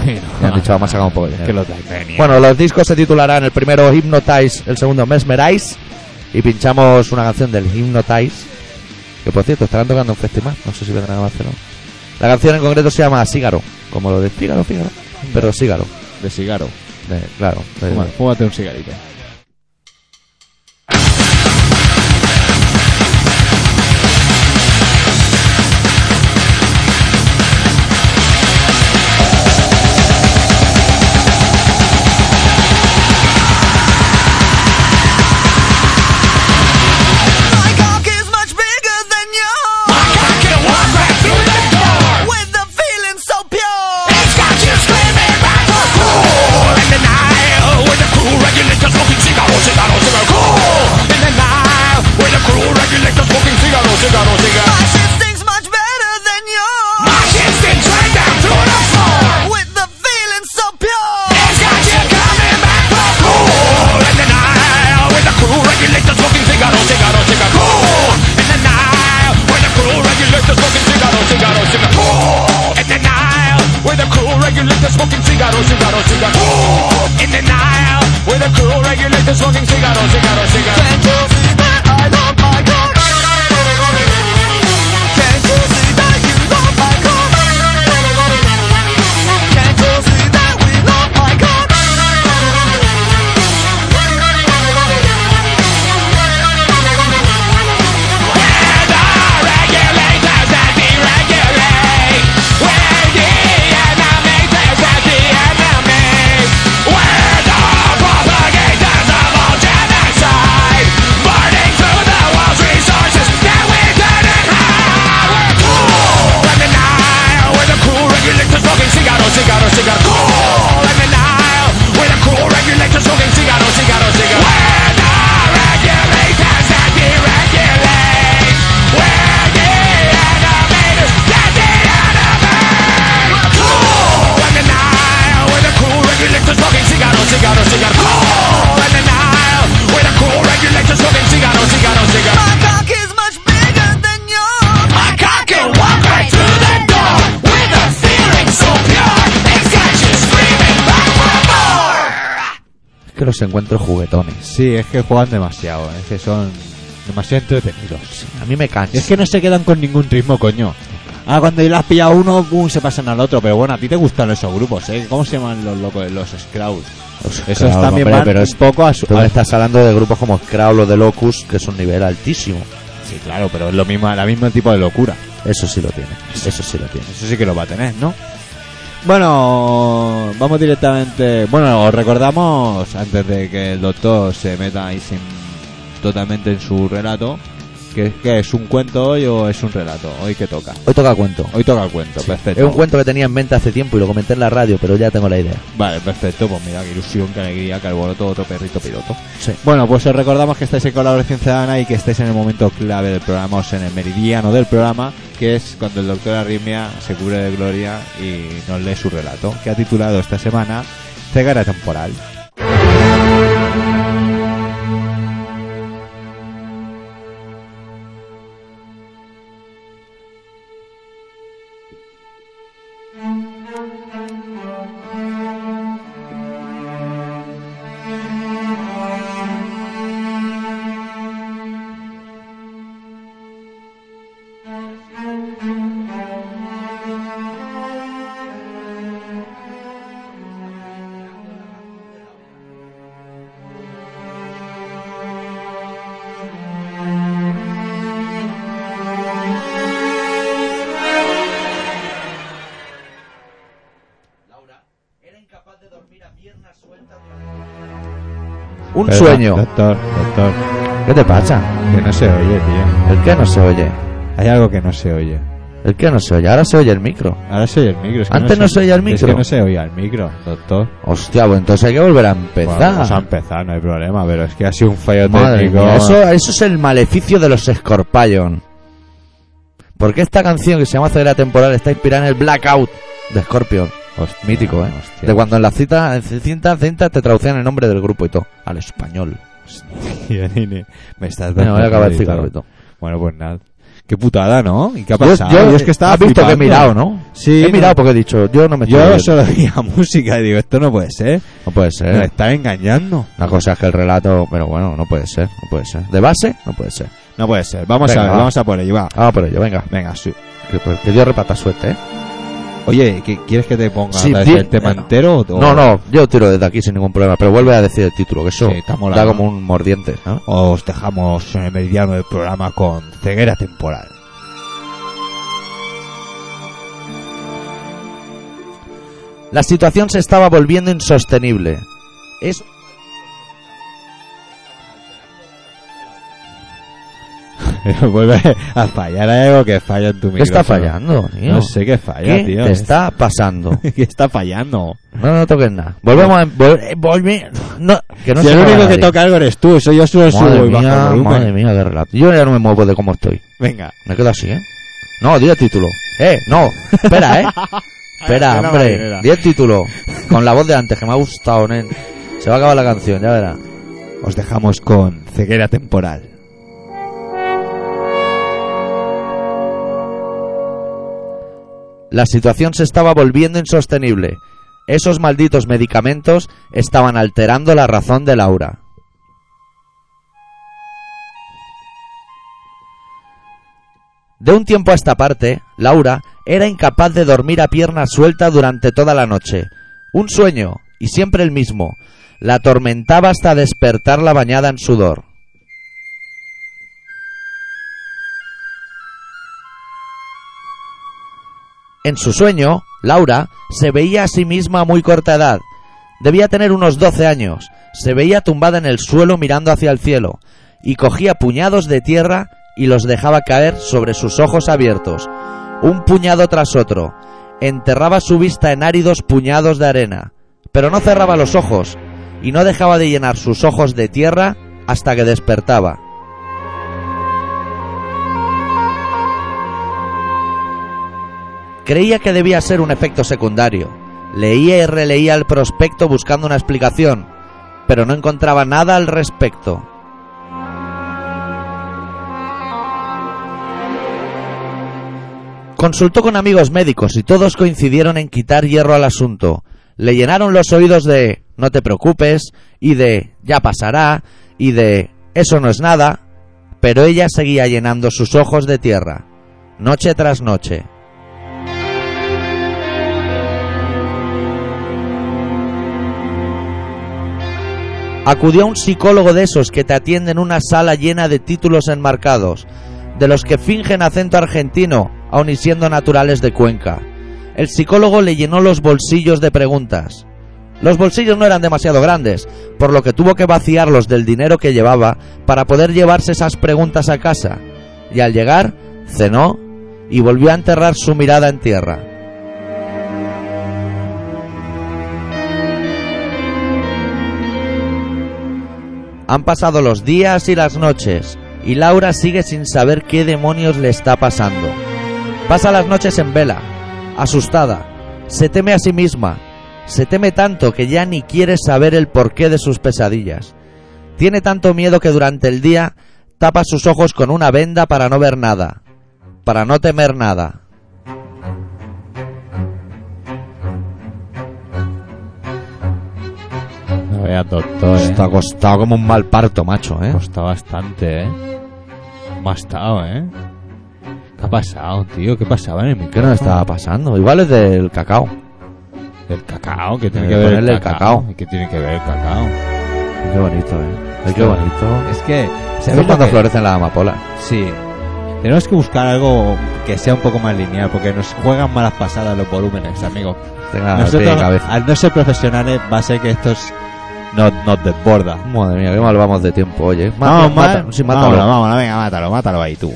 Speaker 1: Y han dicho, vamos a sacar un poco de dinero.
Speaker 2: que lo traigan.
Speaker 1: Bueno, los discos se titularán el primero Hypnotize, el segundo Mesmerize y pinchamos una canción del Hypnotize que por cierto estarán tocando en un festival, no sé si vendrán a Barcelona. La canción en concreto se llama Sígaro, como lo de Fígaro, Fígaro, pero Sígaro,
Speaker 2: de cigarro.
Speaker 1: de- claro. de-
Speaker 2: Bueno, fúmate un cigarrito.
Speaker 4: My cock is much bigger than yours. My cock can walk right through the door with a feeling so pure. It's got you screaming right for cool in the night with the cool regulators smoking cigaros, cigaros, cigaros. Cool in the night with the cool regulators smoking cigaros, cigaros, cigaros. My shit stinks much better than yours. My shit stinks right down to the floor with the feeling so pure. It's got you coming back for cool in the night with the cool regulators smoking cigaros, cigaros, cigaros. Cool in the night with the cool regulators smoking cigaros, cigaros, cigaros. Cool in the night with the cool regulators smoking cigaros, cigaros, cigaros. Cool in the night with the cool regulators smoking cigaros, cigaros, cigaros. Can't you see that I love my God? Can't you see that you love my God? Can't you see that we love my God? Cigarro, cigarro, cigarro, cool in the Nile with a cool regulator smoking cigarro, cigarro, cigarro. We're the regulators that deregulate. We're the animators that deanimate. Cool in the Nile with a cool regulator smoking cigarro, cigarro, cigarro. Cool in the Nile with a cool regulator smoking cigarro, cigarro, cigarro. My cock is much bigger than yours. My cock can walk right through the door with a feeling so pure. It's got you screaming back for more.
Speaker 1: Es que los encuentro juguetones.
Speaker 2: Sí, es que juegan demasiado. ¿eh? Es que son demasiado entretenidos.
Speaker 1: A mí me cansa.
Speaker 2: Es que no se quedan con ningún ritmo, coño. Ah, cuando ya las pilla uno, boom, se pasan al otro. Pero bueno, a ti te gustan esos grupos, ¿eh? ¿Cómo se llaman los locos? Los Scrouts. Esos
Speaker 1: Claro,
Speaker 2: también
Speaker 1: hombre,
Speaker 2: van
Speaker 1: pero
Speaker 2: un
Speaker 1: es-
Speaker 2: poco a su...
Speaker 1: Tú
Speaker 2: a-
Speaker 1: me estás hablando de grupos como Scrawl o de Locus, que es un nivel altísimo.
Speaker 2: Sí, claro, pero es lo mismo, la misma tipo de locura.
Speaker 1: Eso sí lo tiene, eso sí lo tiene.
Speaker 2: Eso sí que lo va a tener, ¿no? Bueno, vamos directamente. Bueno, os recordamos, antes de que el doctor se meta ahí sin- totalmente en su relato, que, que es un cuento hoy o es un relato. Hoy que toca.
Speaker 1: Hoy toca cuento.
Speaker 2: Hoy toca el cuento,
Speaker 1: Es
Speaker 2: perfecto.
Speaker 1: un cuento que tenía en mente hace tiempo y lo comenté en la radio, pero ya tengo la idea.
Speaker 2: Vale, perfecto. Pues mira, qué ilusión, qué alegría, que alboroto, otro perrito piloto.
Speaker 1: Sí.
Speaker 2: Bueno, pues os recordamos que estáis en colaboración ciudadana y que estáis en el momento clave del programa, o sea, en el meridiano del programa, que es cuando el doctor Arrimia se cubre de gloria y nos lee su relato, que ha titulado esta semana Ceguera temporal.
Speaker 1: Un
Speaker 2: Perdón,
Speaker 1: sueño.
Speaker 2: Doctor, doctor,
Speaker 1: ¿Qué te pasa?
Speaker 2: que no se oye, tío.
Speaker 1: ¿El qué no se oye?
Speaker 2: Hay algo que no se oye.
Speaker 1: El que no se oye, ahora se oye el micro.
Speaker 2: Ahora se oye el micro. es que
Speaker 1: Antes no se oía el
Speaker 2: Es
Speaker 1: micro.
Speaker 2: que no se oía el micro, doctor.
Speaker 1: Hostia, pues entonces hay que volver a
Speaker 2: Bueno,
Speaker 1: empezar.
Speaker 2: vamos a empezar, no hay problema, pero es que ha sido un fallo
Speaker 1: Madre
Speaker 2: técnico.
Speaker 1: mía, eso, eso es el maleficio de los Scorpion. Porque esta canción que se llama Ceguera Temporal está inspirada en el Blackout de Scorpion.
Speaker 2: Hostia,
Speaker 1: Mítico, ¿eh?
Speaker 2: hostia.
Speaker 1: De cuando en las citas, en cintas, cintas te traducían el nombre del grupo y todo. Al español.
Speaker 2: Hostia, nene, Me estás
Speaker 1: Bueno, voy a acabar el
Speaker 2: desconcertado.
Speaker 1: cigarro y todo.
Speaker 2: Bueno, pues nada. Qué putada, ¿no? ¿Y qué ha
Speaker 1: Yo-
Speaker 2: pasado?
Speaker 1: yo-
Speaker 2: es que estaba
Speaker 1: has visto que he
Speaker 2: flipando.
Speaker 1: mirado, ¿no?
Speaker 2: Sí,
Speaker 1: he mirado porque he dicho, yo no me estoy Eh.
Speaker 2: Yo
Speaker 1: oyendo.
Speaker 2: solo oía música y digo, esto no puede ser.
Speaker 1: No puede
Speaker 2: Me
Speaker 1: ser.
Speaker 2: están engañando.
Speaker 1: Una cosa es que el relato, pero bueno, no puede ser, no puede ser. De base, no puede ser.
Speaker 2: No puede ser. Vamos
Speaker 1: Venga,
Speaker 2: a ver,
Speaker 1: va.
Speaker 2: vamos a por ello, va.
Speaker 1: Ah, por ello, venga.
Speaker 2: Venga, su-
Speaker 1: Que, pues, que Dios repata suerte, ¿eh?
Speaker 2: Oye, ¿qué- ¿quieres que te ponga
Speaker 1: Sí,
Speaker 2: otra vez
Speaker 1: di-
Speaker 2: el tema
Speaker 1: no.
Speaker 2: entero? O...
Speaker 1: No, no, yo tiro desde aquí sin ningún problema, pero vuelve a decir el título, que eso
Speaker 2: Sí, está mola,
Speaker 1: da
Speaker 2: ¿no?
Speaker 1: como un mordiente, ¿no?
Speaker 2: Os dejamos en el meridiano del programa con ceguera temporal.
Speaker 1: La situación se estaba volviendo insostenible. Es...
Speaker 2: Vuelve a fallar algo que falla en tu
Speaker 1: ¿Qué
Speaker 2: micrófono.
Speaker 1: está fallando, tío?
Speaker 2: No sé qué falla,
Speaker 1: ¿Qué
Speaker 2: tío.
Speaker 1: te está pasando?
Speaker 2: ¿Qué está fallando?
Speaker 1: No, no toques nada. Volvemos a... vol- eh, volve- No, que no
Speaker 2: si
Speaker 1: se
Speaker 2: el
Speaker 1: mueva
Speaker 2: único que
Speaker 1: nadie.
Speaker 2: toca algo eres tú, soy yo solo
Speaker 1: Madre
Speaker 2: subo y bajo el
Speaker 1: mía,
Speaker 2: volumen.
Speaker 1: madre mía, qué relato. Yo ya no me muevo de cómo estoy.
Speaker 2: Venga.
Speaker 1: Me quedo así, ¿eh? No, di el título. Eh, no. Espera, ¿eh? Espera,
Speaker 2: Era la
Speaker 1: hombre.
Speaker 2: marinera.
Speaker 1: Di el título. Con la voz de antes, que me ha gustado, nen. Se va a acabar la canción, ya verás.
Speaker 2: Os dejamos con ceguera temporal.
Speaker 1: La situación se estaba volviendo insostenible. Esos malditos medicamentos estaban alterando la razón de Laura. De un tiempo a esta parte, Laura era incapaz de dormir a pierna suelta durante toda la noche. Un sueño, y siempre el mismo, la atormentaba hasta despertarla bañada en sudor. En su sueño, Laura se veía a sí misma a muy corta edad. Debía tener unos 12 años. Se veía tumbada en el suelo mirando hacia el cielo, y cogía puñados de tierra y los dejaba caer sobre sus ojos abiertos, un puñado tras otro. Enterraba su vista en áridos puñados de arena, pero no cerraba los ojos, y no dejaba de llenar sus ojos de tierra hasta que despertaba. Creía que debía ser un efecto secundario. Leía y releía el prospecto buscando una explicación, pero no encontraba nada al respecto. Consultó con amigos médicos y todos coincidieron en quitar hierro al asunto. Le llenaron los oídos de no te preocupes y de ya pasará y de eso no es nada, pero ella seguía llenando sus ojos de tierra, noche tras noche. acudió a un psicólogo de esos que te atiende en una sala llena de títulos enmarcados, de los que fingen acento argentino, aun y siendo naturales de Cuenca. El psicólogo le llenó los bolsillos de preguntas. Los bolsillos no eran demasiado grandes, por lo que tuvo que vaciarlos del dinero que llevaba para poder llevarse esas preguntas a casa. Y al llegar, cenó y volvió a enterrar su mirada en tierra. Han pasado los días y las noches, y Laura sigue sin saber qué demonios le está pasando. Pasa las noches en vela, asustada, se teme a sí misma, se teme tanto que ya ni quiere saber el porqué de sus pesadillas. Tiene tanto miedo que durante el día tapa sus ojos con una venda para no ver nada, para no temer nada.
Speaker 2: No veas, doctor.
Speaker 1: Está costado como un mal parto, macho, ¿eh?
Speaker 2: Costa bastante, ¿eh? Me ha estado, ¿eh? ¿Qué ha pasado, tío? ¿Qué pasaba en el
Speaker 1: ¿Qué
Speaker 2: micrófono?
Speaker 1: nos estaba pasando? Igual es del cacao.
Speaker 2: El cacao, que tiene
Speaker 1: Eh,
Speaker 2: que ver
Speaker 1: ponerle el
Speaker 2: el cacao.
Speaker 1: cacao.
Speaker 2: ¿Y ¿Qué tiene que ver el cacao?
Speaker 1: Qué bonito, ¿eh? Ay, Qué
Speaker 2: Hostia.
Speaker 1: bonito.
Speaker 2: Es que...
Speaker 1: ¿Sabes cuando florecen las amapolas?
Speaker 2: Sí. Tenemos que buscar algo que sea un poco más lineal, porque nos juegan malas pasadas los volúmenes, amigos.
Speaker 1: Tenga pie
Speaker 2: Nosotros,
Speaker 1: de Ah, cabeza.
Speaker 2: al no ser profesionales, va a ser que estos nos, nos desborda.
Speaker 1: Madre mía, qué mal vamos de tiempo, oye. Mata-
Speaker 2: Vamos,
Speaker 1: mata-
Speaker 2: mal.
Speaker 1: sí, mátalo.
Speaker 2: vámonos, vámonos, venga, mátalo, mátalo ahí tú.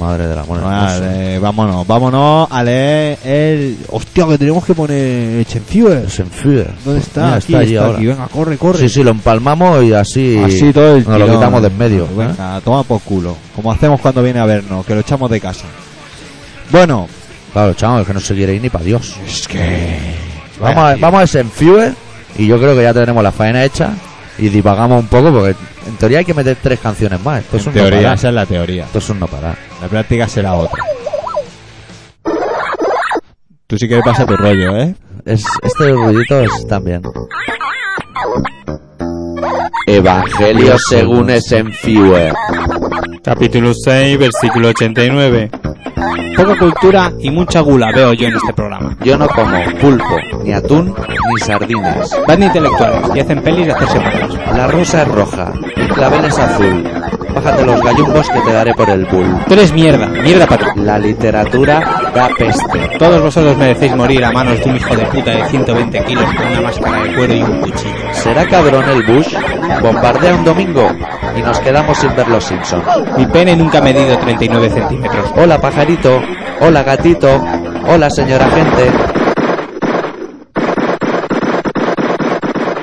Speaker 1: Madre de la buena. hermosa.
Speaker 2: Vale, vámonos, vámonos a leer el. Hostia, que tenemos que poner Chenfiewer.
Speaker 1: Schenfuer.
Speaker 2: ¿Dónde está?
Speaker 1: Mira,
Speaker 2: aquí,
Speaker 1: está allí
Speaker 2: está
Speaker 1: ahora.
Speaker 2: aquí. Venga, corre, corre.
Speaker 1: Sí, sí, lo empalmamos y así,
Speaker 2: Así todo el
Speaker 1: nos lo
Speaker 2: tirón.
Speaker 1: quitamos de en medio. ¿eh?
Speaker 2: Venga, toma por culo. Como hacemos cuando viene a vernos, que lo echamos de casa. Bueno,
Speaker 1: Claro, chavos, es que no se quiere ir ni para Dios.
Speaker 2: es que.
Speaker 1: Vamos a, vamos a Schenfuer y yo creo que ya tenemos la faena hecha y divagamos un poco porque en teoría hay que meter tres canciones más. Esto es
Speaker 2: En
Speaker 1: un
Speaker 2: teoría,
Speaker 1: no parar.
Speaker 2: esa es la teoría.
Speaker 1: Esto es un no parar.
Speaker 2: La práctica será otra. Tú sí que pasa tu rollo, ¿eh?
Speaker 1: Es, este ruidito es también.
Speaker 5: Evangelio según Schenfuer.
Speaker 6: Capítulo 6, versículo 89. Poca cultura y mucha gula veo yo en este programa.
Speaker 5: Yo no como pulpo, ni atún, ni sardinas.
Speaker 6: Van de intelectuales y hacen pelis de hacerse malos.
Speaker 5: La rosa es roja, el clavel es azul. Bájate los gallumbos que te daré por el bull.
Speaker 6: Tú eres mierda, mierda para ti.
Speaker 5: La literatura da peste.
Speaker 6: Todos vosotros merecéis morir a manos de un hijo de puta de 120 kilos con una máscara de cuero y un cuchillo.
Speaker 5: ¿Será cabrón el Bush? Bombardea un domingo y nos quedamos sin ver los Simpsons.
Speaker 6: Mi pene nunca ha medido 39 centímetros.
Speaker 5: Hola pajarito, hola gatito, hola señora gente.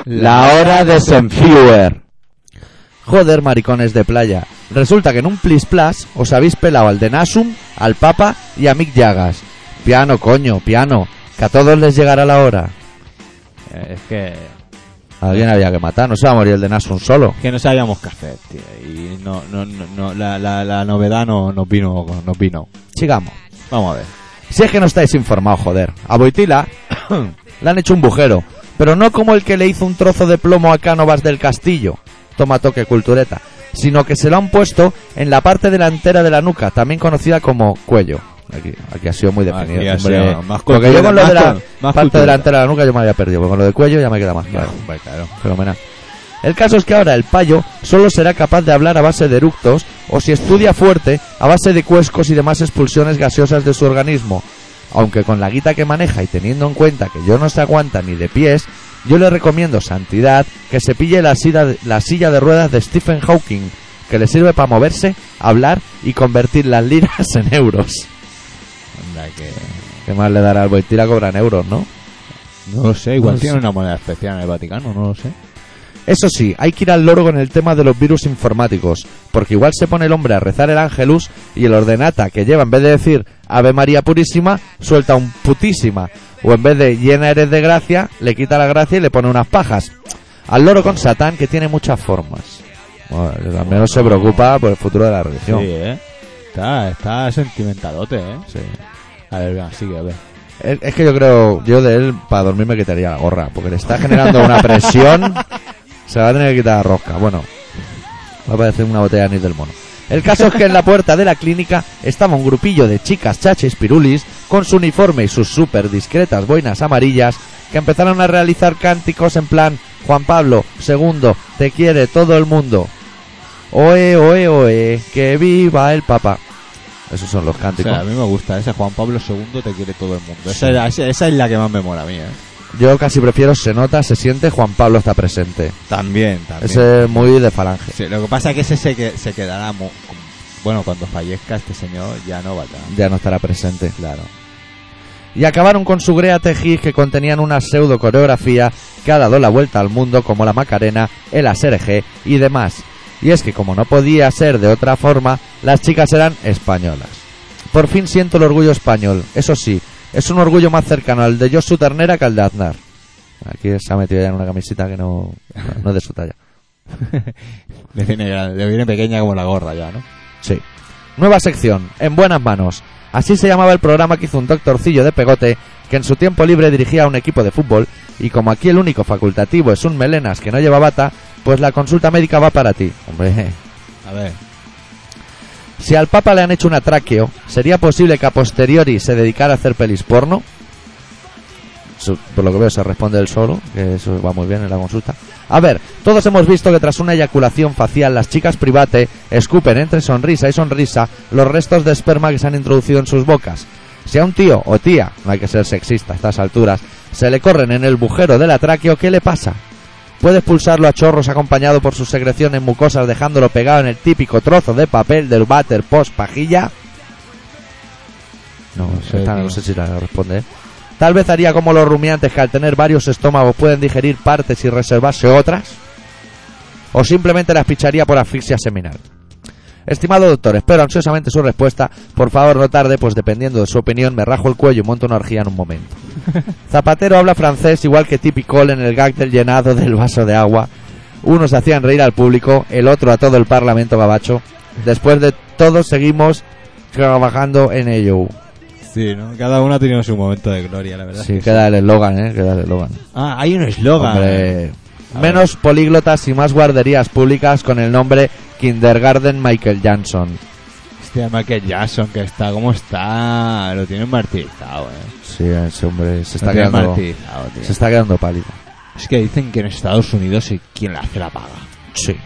Speaker 1: La hora de Senfuer. Joder, maricones de playa. Resulta que en un plis plas os habéis pelado al de Nasum, al Papa y a Mick Llagas. Piano, coño, piano. Que a todos les llegará la hora.
Speaker 2: Eh, Es que.
Speaker 1: A alguien había que matar, no se va a morir el de Nasum solo.
Speaker 2: Que no sabíamos qué hacer, tío. Y no, no, no, no, la, la, la novedad no, nos vino, nos vino.
Speaker 1: Sigamos.
Speaker 2: Vamos a ver.
Speaker 1: Si es que no estáis informados, joder. A Boitila le han hecho un bujero, pero no como el que le hizo un trozo de plomo a Cánovas del Castillo. Toma toque cultureta. Sino que se lo han puesto en la parte delantera de la nuca, también conocida como cuello. Aquí, aquí ha sido muy definido.
Speaker 2: Aquí ha
Speaker 1: hombre.
Speaker 2: sido más
Speaker 1: Porque yo con lo
Speaker 2: cultura,
Speaker 1: de la
Speaker 2: más con- más
Speaker 1: parte
Speaker 2: cultura.
Speaker 1: delantera de la nuca yo me había perdido, pero con lo de cuello ya me queda más claro.
Speaker 2: Hombre, pues claro.
Speaker 1: Fenomenal. El caso es que ahora el payo solo será capaz de hablar a base de eructos o si estudia fuerte a base de cuescos y demás expulsiones gaseosas de su organismo. Aunque con la guita que maneja y teniendo en cuenta que yo no se aguanta ni de pies, yo le recomiendo santidad que se pille la, sida- la silla de ruedas de Stephen Hawking, que le sirve para moverse, hablar y convertir las liras en euros.
Speaker 2: Anda, que.
Speaker 1: ¿Qué más le dará al Boitila? Cobran euros, ¿no?
Speaker 2: No lo sé, igual
Speaker 1: No
Speaker 2: tiene
Speaker 1: sé.
Speaker 2: una moneda especial en el Vaticano, no lo sé.
Speaker 1: Eso sí, hay que ir al loro con el tema de los virus informáticos, porque igual se pone el hombre a rezar el ángelus y el ordenata que lleva en vez de decir Ave María Purísima, suelta un putísima, o en vez de llena eres de gracia, le quita la gracia y le pone unas pajas. Al loro con Satán que tiene muchas formas. Bueno, al menos se preocupa por el futuro de la religión.
Speaker 2: ¿eh? Está, está sentimentalote, ¿eh?
Speaker 1: Sí.
Speaker 2: A ver, venga, sigue, a ver.
Speaker 1: Es es que yo creo, yo de él para dormir me quitaría la gorra, porque le está generando una presión, se la va a tener que quitar la rosca. Bueno, va a parecer una botella de anís del mono. El caso es que en la puerta de la clínica estaba un grupillo de chicas chachis pirulis con su uniforme y sus súper discretas boinas amarillas que empezaron a realizar cánticos en plan Juan Pablo II, te quiere todo el mundo. Oe, oe, oe, que viva el Papa. Esos son los
Speaker 2: O
Speaker 1: cánticos.
Speaker 2: sea, a mí me gusta, ese Juan Pablo II te quiere todo el mundo.
Speaker 1: Sí.
Speaker 2: Esa, era- esa- esa es la que más me mola a mí, ¿eh?
Speaker 1: Yo casi prefiero se nota, se siente, Juan Pablo está presente.
Speaker 2: También, también.
Speaker 1: Ese es muy de falange.
Speaker 2: Sí, lo que pasa es que ese se, que- se quedará. mu- Bueno, cuando fallezca este señor ya no va a estar.
Speaker 1: Ya no estará presente. Claro. Y acabaron con su grea tejiz que contenían una pseudo coreografía que ha dado la vuelta al mundo como la Macarena, el Aserje y demás. Y es que como no podía ser de otra forma, las chicas eran españolas. Por fin siento el orgullo español. Eso sí, es un orgullo más cercano al de Josu Ternera que al de Aznar. Aquí se ha metido ya en una camiseta que no, no es de su talla.
Speaker 2: Le viene, grande- le viene pequeña como la gorra ya, ¿no?
Speaker 1: Sí. Nueva sección, en buenas manos. Así se llamaba el programa que hizo un doctorcillo de pegote que en su tiempo libre dirigía a un equipo de fútbol y como aquí el único facultativo es un melenas que no lleva bata, pues la consulta médica va para ti. Hombre,
Speaker 2: A ver.
Speaker 1: si al Papa le han hecho un atraqueo, ¿sería posible que a posteriori se dedicara a hacer pelis porno? Su- Por lo que veo se responde él solo, que eso va muy bien en la consulta. A ver, todos hemos visto que tras una eyaculación facial las chicas private escupen entre sonrisa y sonrisa los restos de esperma que se han introducido en sus bocas. Si a un tío o tía, no hay que ser sexista a estas alturas, se le corren en el bujero del atraqueo, ¿qué le pasa? Puede expulsarlo a chorros acompañado por sus secreciones mucosas dejándolo pegado en el típico trozo de papel del váter post pajilla. No,
Speaker 2: No sé,
Speaker 1: esta no
Speaker 2: tío.
Speaker 1: sé si la responde. ¿eh? Tal vez haría como los rumiantes que al tener varios estómagos pueden digerir partes y reservarse otras. O simplemente las picharía por asfixia seminal. Estimado doctor, espero ansiosamente su respuesta. Por favor, no tarde, pues dependiendo de su opinión, me rajo el cuello y monto una orgía en un momento. Zapatero habla francés igual que Tippy Cole en el gag del llenado del vaso de agua. Unos hacían reír al público, el otro a todo el parlamento gabacho. Después de todo, seguimos trabajando en ello.
Speaker 2: Sí, ¿no? Cada uno ha tenido su momento de gloria, la verdad.
Speaker 1: Sí,
Speaker 2: es que
Speaker 1: queda el eslogan, ¿eh? Queda el eslogan.
Speaker 2: sí. Ah, hay un eslogan. ¿eh?
Speaker 1: Hombre, menos políglotas y más guarderías públicas con el nombre Kindergarten Michael Johnson.
Speaker 2: Hostia, Este Michael Jackson, que está como está. Lo tienen martirizado, eh.
Speaker 1: Sí, ese hombre se
Speaker 2: Lo
Speaker 1: está
Speaker 2: tienen
Speaker 1: quedando...
Speaker 2: martirizado, tío.
Speaker 1: Se está quedando pálido.
Speaker 2: Es que dicen que en Estados Unidos sí, quien la hace la paga. Eh.
Speaker 1: Sí.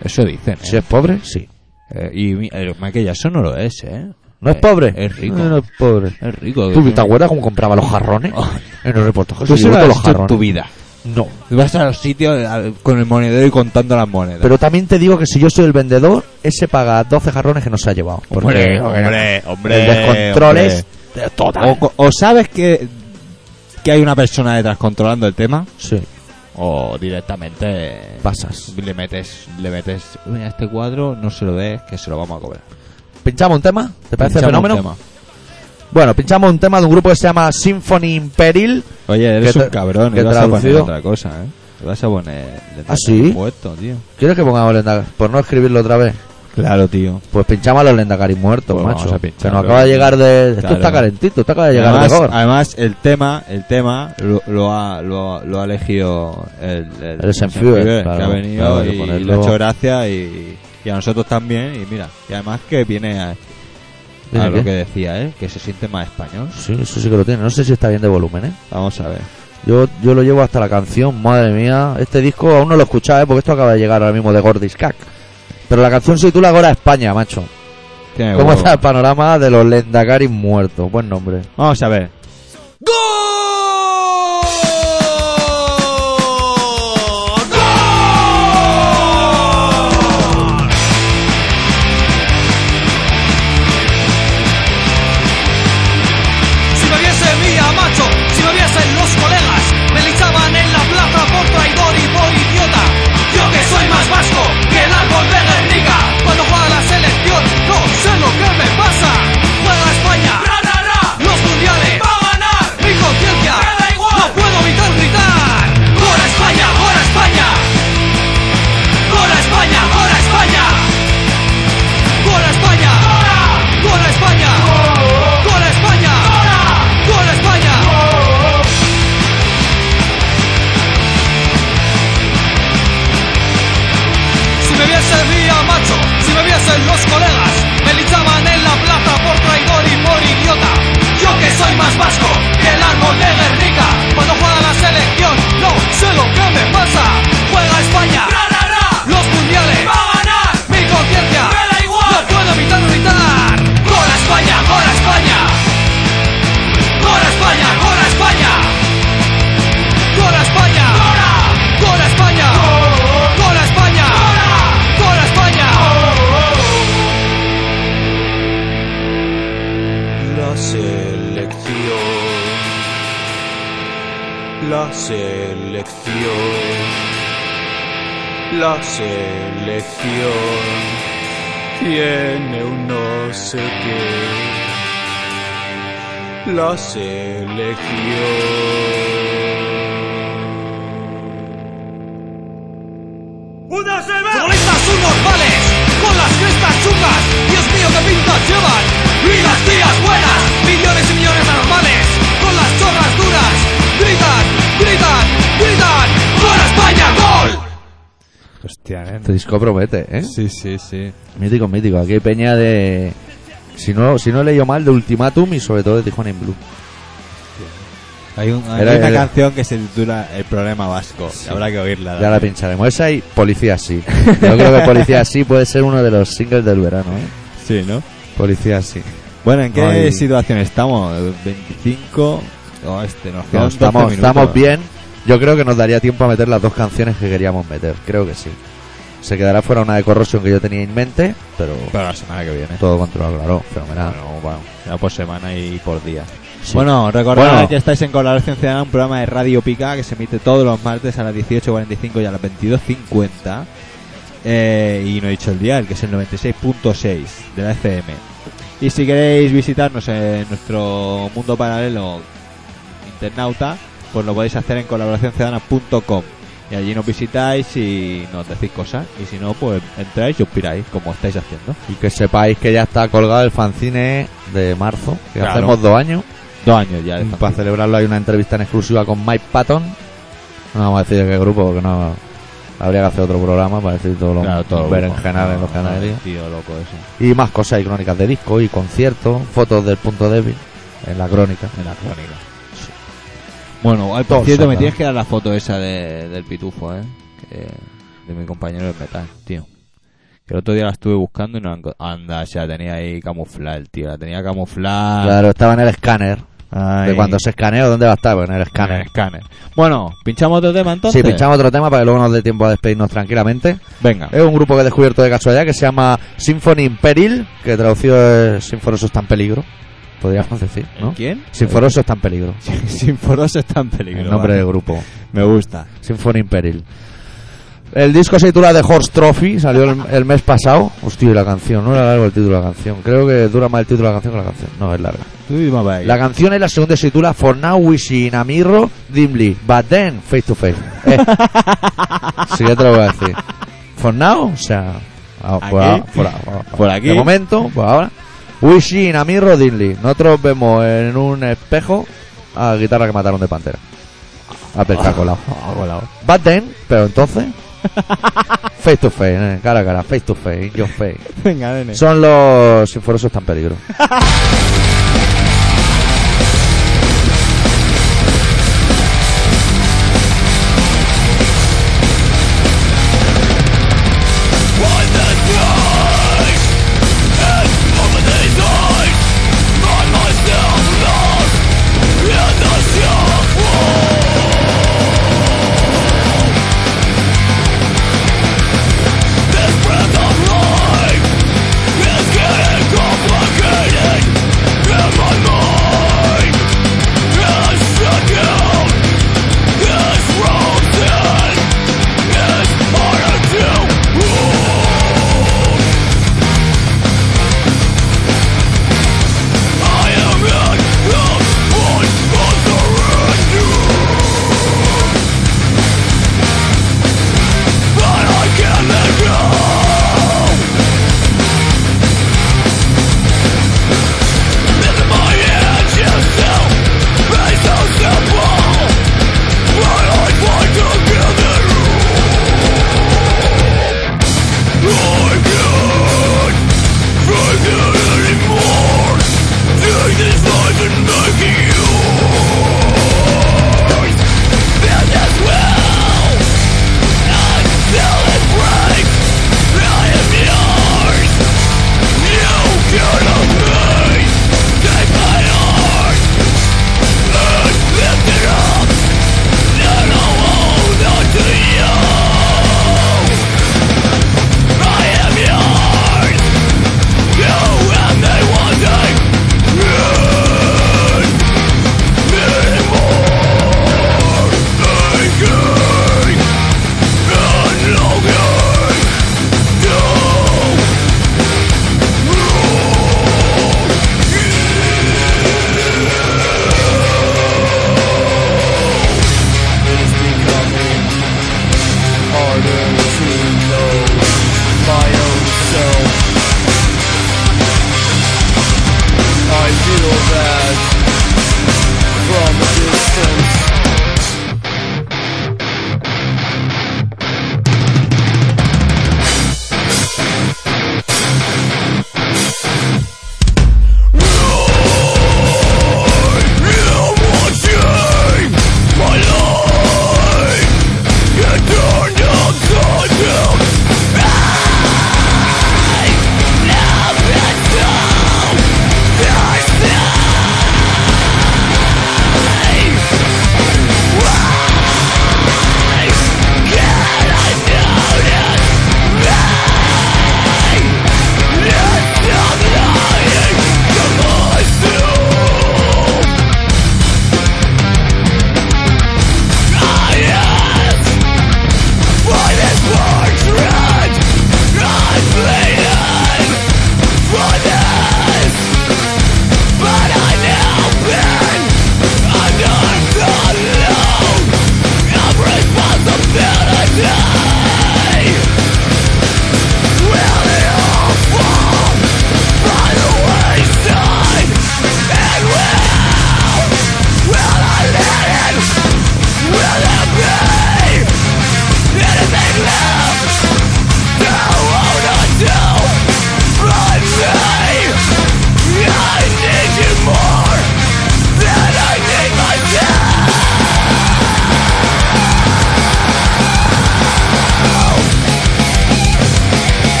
Speaker 2: Eso dicen, ¿eh?
Speaker 1: Si es pobre, sí.
Speaker 2: Eh, y mi- eh, Michael Jackson no lo es, ¿eh?
Speaker 1: ¿No es
Speaker 2: Eh,
Speaker 1: pobre?
Speaker 2: Es rico.
Speaker 1: No, no es pobre.
Speaker 2: Es rico.
Speaker 1: ¿Tú te acuerdas cómo compraba los jarrones?
Speaker 2: Oh.
Speaker 1: En los reportajes.
Speaker 2: Tú
Speaker 1: se
Speaker 2: eso
Speaker 1: llevó
Speaker 2: lo has
Speaker 1: todos
Speaker 2: hecho en tu vida.
Speaker 1: No.
Speaker 2: Vas a los sitios eh, con el monedero y contando las monedas.
Speaker 1: Pero también te digo que si yo soy el vendedor, ese paga 12 jarrones que no se ha llevado. Porque
Speaker 2: hombre, hombre, hombre.
Speaker 1: el descontrol es total.
Speaker 2: hombre. O, co- o sabes que, que hay una persona detrás controlando el tema,
Speaker 1: Sí,
Speaker 2: o directamente
Speaker 1: pasas.
Speaker 2: le metes, le metes, mira, este cuadro no se lo des, que se lo vamos a cobrar.
Speaker 1: ¿Pinchamos un tema? ¿Te parece
Speaker 2: Pinchamos
Speaker 1: fenómeno?
Speaker 2: un tema.
Speaker 1: Bueno, pinchamos un tema de un grupo que se llama Symphony Imperil.
Speaker 2: Oye, eres
Speaker 1: ¿Qué tra-
Speaker 2: un cabrón,
Speaker 1: qué
Speaker 2: ibas a poner
Speaker 1: traducido?
Speaker 2: otra cosa, ¿eh? Ibas a poner... le
Speaker 1: ¿Ah, sí?
Speaker 2: Muerto, tío.
Speaker 1: ¿Quieres que pongamos Lendakari? Por no escribirlo otra vez.
Speaker 2: Claro, tío.
Speaker 1: Pues pinchamos a los Lendakari muertos,
Speaker 2: Pues
Speaker 1: macho.
Speaker 2: vamos a pincharlo.
Speaker 1: que nos acaba de llegar de. Esto
Speaker 2: Claro.
Speaker 1: está calentito, esto acaba de llegar
Speaker 2: Además,
Speaker 1: de Gor.
Speaker 2: además, el tema, el tema lo, lo ha, lo, lo ha elegido el, el,
Speaker 1: El Senfuer,
Speaker 2: Senfuer,
Speaker 1: claro,
Speaker 2: que ha venido
Speaker 1: claro, hay que
Speaker 2: y,
Speaker 1: ponerlo.
Speaker 2: le ha hecho gracia y, y a nosotros también y mira, y además que viene a, a
Speaker 1: ¿Viene
Speaker 2: lo
Speaker 1: qué?
Speaker 2: que decía, ¿eh? que se siente más español.
Speaker 1: Sí, eso sí que lo tiene. No sé si está bien de volumen, ¿eh?
Speaker 2: Vamos a ver.
Speaker 1: Yo, yo lo llevo hasta la canción, madre mía. Este disco aún no lo he escuchado, ¿eh? Porque esto acaba de llegar ahora mismo de Gordis Cac. Pero la canción se titula Ahora España, macho.
Speaker 2: Tiene
Speaker 1: ¿Cómo
Speaker 2: huevo.
Speaker 1: está el panorama de los Lendakari muertos? Buen nombre.
Speaker 2: Vamos a ver.
Speaker 4: Si me viese mía, macho, si me viesen los colegas, me lichaban en la plaza por traidor y por idiota. Yo que soy más vasco que el árbol de Guernica, cuando juega la selección, no sé lo que me pasa. Juega España, los mundiales, va a ganar. Mi conciencia, no puedo evitar gritar. ¡Gora España, gora España! ¡Gora España, gora España! ¡Gora España! ¡Gora España! ¡Gora España! ¡Gora España! Si me viese día macho, si me viesen los colegas, me linchaban en la plaza por traidor y por idiota. Yo que soy más vasco que el árbol de Guernica, cuando juega la selección, no sé lo que me pasa. Juega España, los mundiales, va a ganar. Mi conciencia, me da igual, no puedo evitar gritar. Gol a España, gol a España. Gol a España, gol a España. Gol a España, gol a España. Gol a España, gol a España.
Speaker 7: La selección. La selección. La selección. Tiene un no sé qué. La selección.
Speaker 4: Futbolistas unos males, con las crestas chungas, Dios mío qué pintas llevan. Y las tías buenas, millones y millones de normales, con las chorras duras, gritan, gritan, gritan, ¡Gol a España, gol!
Speaker 2: Hostia, ¿eh?
Speaker 1: Este disco promete, ¿eh?
Speaker 2: Sí, sí, sí.
Speaker 1: Mítico, mítico. Aquí hay peña de. Si no, si no he leído mal, de Ultimatum y sobre todo de Tijuana in Blue.
Speaker 2: Hay, un- hay
Speaker 1: Era-
Speaker 2: una
Speaker 1: era-
Speaker 2: canción que se titula El problema vasco. y Habrá que oírla.
Speaker 1: Ya la pincharemos. Esa y Policía sí. Yo creo que Policía sí puede ser uno de los singles del verano, ¿eh?
Speaker 2: Sí, ¿no?
Speaker 1: Policía sí.
Speaker 2: Bueno, ¿en qué
Speaker 1: Ay.
Speaker 2: situación estamos? ¿25? No, este, nos
Speaker 1: No,
Speaker 2: quedan 12
Speaker 1: estamos,
Speaker 2: minutos.
Speaker 1: estamos bien. Yo creo que nos daría tiempo a meter las dos canciones que queríamos meter. Creo que sí. Se quedará fuera una de corrosión que yo tenía en mente, pero
Speaker 2: Para la semana que viene.
Speaker 1: todo controlado, claro, fenomenal.
Speaker 2: Bueno, bueno, ya por semana y por día.
Speaker 1: Sí.
Speaker 2: Bueno, recordad
Speaker 1: Bueno.
Speaker 2: que estáis en Colaboración Ciudadana, un programa de Radio Pica que se emite todos los martes a las 18.45 y a las 22.50. Eh, y no he dicho el dial, que es el 96.6 de la FM. Y si queréis visitarnos en nuestro mundo paralelo internauta, pues lo podéis hacer en colaboracionciudadana.com. Y allí nos visitáis y nos decís cosas. Y si no, pues entráis y os piráis, como estáis haciendo.
Speaker 1: Y que sepáis que ya está colgado el fanzine de marzo, que
Speaker 2: Claro.
Speaker 1: hacemos dos años.
Speaker 2: Dos años ya de esta
Speaker 1: Para celebrarlo hay una entrevista en exclusiva con Mike Patton. No vamos a decir de qué grupo, porque no habría que hacer otro programa para decir todo lo
Speaker 2: Claro, todo Ah,
Speaker 1: berenjenal en los canales.
Speaker 2: Tío, loco eso.
Speaker 1: Y más cosas, y crónicas de disco, y conciertos, fotos del punto débil en la crónica.
Speaker 2: En la crónica. Bueno, ay,
Speaker 1: Todo
Speaker 2: por cierto, me
Speaker 1: sacado.
Speaker 2: tienes que dar la foto esa de, del pitufo, ¿eh? Que- de mi compañero de metal, tío. Que el otro día la estuve buscando y no la enco- Anda, ya tenía ahí camuflada el tío. La tenía camuflada.
Speaker 1: Claro, estaba en el escáner.
Speaker 2: Ay,
Speaker 1: De cuando se escanea, ¿dónde va a estar? Pues en el
Speaker 2: en el
Speaker 1: escáner.
Speaker 2: escáner. Bueno, ¿pinchamos otro tema entonces?
Speaker 1: Sí, pinchamos Eh, otro tema para que luego nos dé tiempo a despedirnos tranquilamente.
Speaker 2: Venga.
Speaker 1: Es un grupo que he descubierto de casualidad que se llama Symphony in Peril, que traducido es Sinforoso está en peligro, podríamos decir, ¿no?
Speaker 2: ¿Quién?
Speaker 1: Sinforoso está en peligro,
Speaker 2: Sinforoso está en peligro.
Speaker 1: el nombre
Speaker 2: vale.
Speaker 1: del grupo,
Speaker 2: Me gusta.
Speaker 1: Symphony in Peril. El disco se titula The Horse Trophy, salió el, el mes pasado. Hostia, y la canción, no era largo el título de la canción. Creo que dura más el título de la canción que la canción. No, es larga.
Speaker 2: Tú y mamá ahí.
Speaker 1: La canción es la segunda se titula For Now We See in a Mirror Dimly, But Then Face to Face. Eh. sí, ya te lo voy a decir. For Now, o sea, ah, por,
Speaker 2: Aquí.
Speaker 1: ahora, por ahora,
Speaker 2: Por aquí.
Speaker 1: De momento, por ahora. We See in a Mirror Dimly. Nosotros vemos en un espejo a la guitarra que mataron de pantera. A percacolado.
Speaker 2: Ah, volado.
Speaker 1: But Then, pero entonces. Face to face, eh, cara a cara, face to face, in your face.
Speaker 2: Venga, nene.
Speaker 1: Son los sinforosos tan peligro.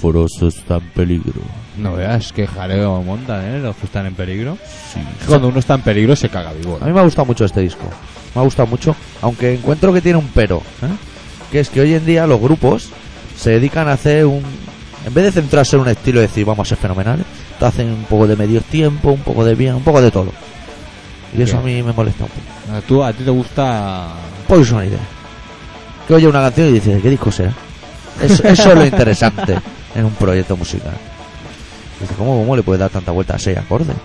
Speaker 1: peligroso está en peligro.
Speaker 2: No veas qué jaleo montan, ¿eh? Los que están en peligro. Cuando uno está en peligro se caga vivo.
Speaker 1: A mí me ha gustado mucho este disco. Me ha gustado mucho, aunque encuentro que tiene un pero. ¿eh? Que es que hoy en día los grupos se dedican a hacer un... En vez de centrarse en un estilo y decir vamos a ser fenomenales, te hacen un poco de medio tiempo, un poco de bien, un poco de todo. Y eso
Speaker 2: Ya.
Speaker 1: a mí me molesta un poco.
Speaker 2: A, tú, a ti te gusta...
Speaker 1: Poison Idea. Que oye una canción y dice, ¿qué disco será? Es- eso es lo interesante en un proyecto musical. Dice, ¿cómo, ¿Cómo le puedes dar tanta vuelta a seis acordes?